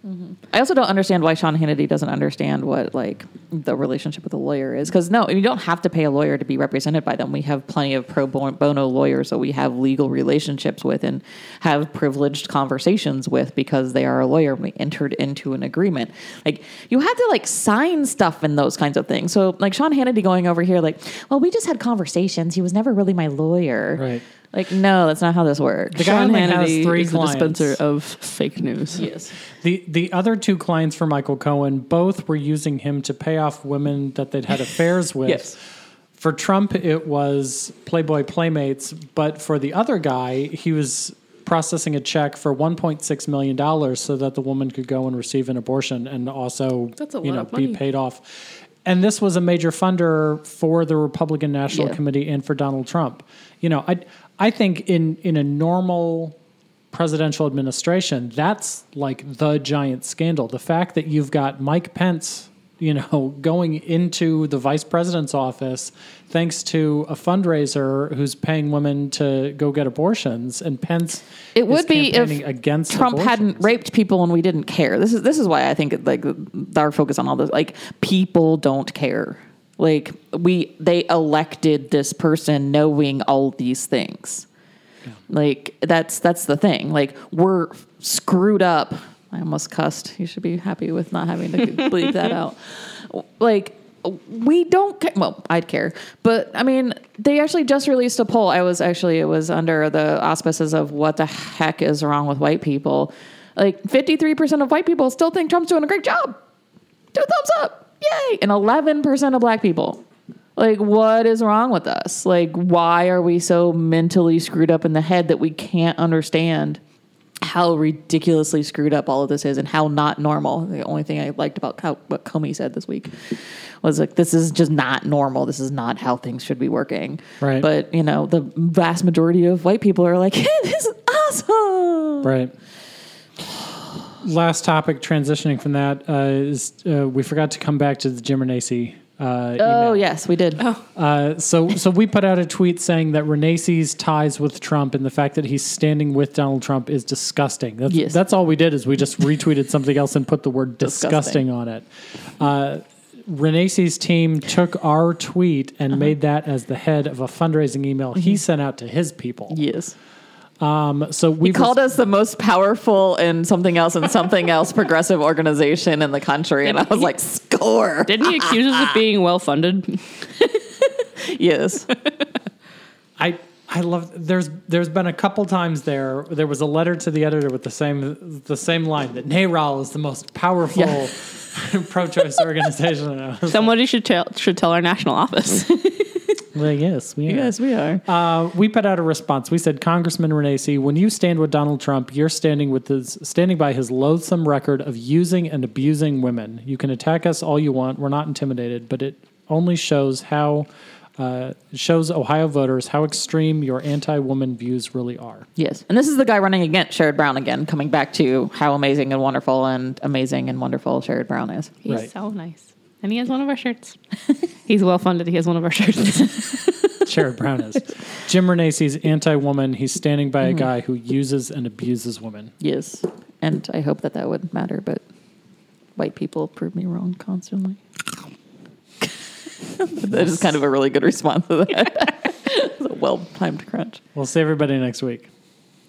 [SPEAKER 4] I also don't understand why Sean Hannity doesn't understand what like the relationship with a lawyer is because no, you don't have to pay a lawyer to be represented by them. We have plenty of pro bono lawyers that we have legal relationships with and have privileged conversations with because they are a lawyer. and We entered into an agreement. Like you have to like sign stuff and those kinds of things. So like Sean Hannity going over here, like, well, we just had conversations. He was never really my lawyer.
[SPEAKER 2] Right.
[SPEAKER 4] Like no, that's not how this works.
[SPEAKER 2] The guy only has three
[SPEAKER 3] is the
[SPEAKER 2] clients.
[SPEAKER 3] dispenser of fake news.
[SPEAKER 4] yes.
[SPEAKER 2] The the other two clients for Michael Cohen both were using him to pay off women that they'd had affairs with.
[SPEAKER 4] Yes.
[SPEAKER 2] For Trump, it was Playboy Playmates, but for the other guy, he was processing a check for 1.6 million dollars so that the woman could go and receive an abortion and also
[SPEAKER 6] That's a
[SPEAKER 2] you
[SPEAKER 6] lot
[SPEAKER 2] know
[SPEAKER 6] of
[SPEAKER 2] be
[SPEAKER 6] money.
[SPEAKER 4] Mm-hmm.
[SPEAKER 2] paid off. And this was a major funder for the Republican National
[SPEAKER 4] Yeah.
[SPEAKER 2] Committee and for Donald Trump. You know, I I think in in a normal presidential administration, that's like the giant scandal. The fact that you've got Mike Pence, you know, going into the vice president's office thanks to a fundraiser who's paying women to go get abortions, and Pence
[SPEAKER 4] It
[SPEAKER 2] is
[SPEAKER 4] would be if
[SPEAKER 2] campaigning against
[SPEAKER 4] Trump hadn't
[SPEAKER 2] abortions.
[SPEAKER 4] raped people and we didn't care. This is this is why I think it, like our focus on all this like people don't care. Like we they elected this person knowing all these things. Like that's that's the thing. Like we're screwed up. I almost cussed. You should be happy with not having to bleep that out. Like we don't care. Well, I'd care, but I mean, they actually just released a poll. I was actually it was under the auspices of what the heck is wrong with white people. Like fifty three percent of white people still think Trump's doing a great job. Two thumbs up, yay! And eleven percent of black people. Like, what is wrong with us? Like, why are we so mentally screwed up in the head that we can't understand how ridiculously screwed up all of this is and how not normal? The only thing I liked about how, what Comey said this week was like, this is just not normal. This is not how things should be working.
[SPEAKER 2] Right.
[SPEAKER 4] But, you know, the vast majority of white people are like, this is awesome.
[SPEAKER 2] Right. Last topic transitioning from that uh, is uh, we forgot to come back to the Jim Renacci uh,
[SPEAKER 4] Oh,
[SPEAKER 2] email.
[SPEAKER 4] yes, we did.
[SPEAKER 2] Uh, so, so we put out a tweet saying that Renacy's ties with Trump and the fact that he's standing with Donald Trump is disgusting. That's,
[SPEAKER 4] Yes.
[SPEAKER 2] that's all we did is we just retweeted something else and put the word disgusting,
[SPEAKER 4] Disgusting.
[SPEAKER 2] on it. Uh, Renacy's team took our tweet
[SPEAKER 4] Uh-huh.
[SPEAKER 2] and made that as the head of a fundraising email
[SPEAKER 4] Mm-hmm.
[SPEAKER 2] he sent out to his people.
[SPEAKER 4] Yes.
[SPEAKER 2] So we
[SPEAKER 4] He called us the most powerful and something else and something else progressive organization in the country. And I was like, score.
[SPEAKER 3] Didn't he accuse us of being well funded?
[SPEAKER 4] Yes.
[SPEAKER 2] I I love there's there's been a couple times there there was a letter to the editor with the same the same line that NARAL is the most powerful pro-choice organization. And I was
[SPEAKER 3] Somebody should tell should tell our national office.
[SPEAKER 2] like, yes, we are.
[SPEAKER 4] we are.
[SPEAKER 2] Uh, we put out a response. We said, Congressman Renacci, when you stand with Donald Trump, you're standing with his standing by his loathsome record of using and abusing women. You can attack us all you want. We're not intimidated, but it only shows how uh, shows Ohio voters how extreme your anti-woman views really are.
[SPEAKER 4] Yes. And this is the guy running against Sherrod Brown again, coming back to how amazing and wonderful and amazing and wonderful Sherrod Brown is.
[SPEAKER 3] He's
[SPEAKER 2] Right.
[SPEAKER 3] so nice. And he has one of our shirts. He's well funded. He has one of our shirts.
[SPEAKER 2] Sherrod Brown is. Jim Renacci's anti-woman. He's standing by a guy who uses and abuses women.
[SPEAKER 4] Yes. And I hope that that would matter, but white people prove me wrong constantly. that is kind of a really good response to that. it's a well timed crunch.
[SPEAKER 2] We'll see everybody next week.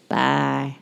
[SPEAKER 4] Bye.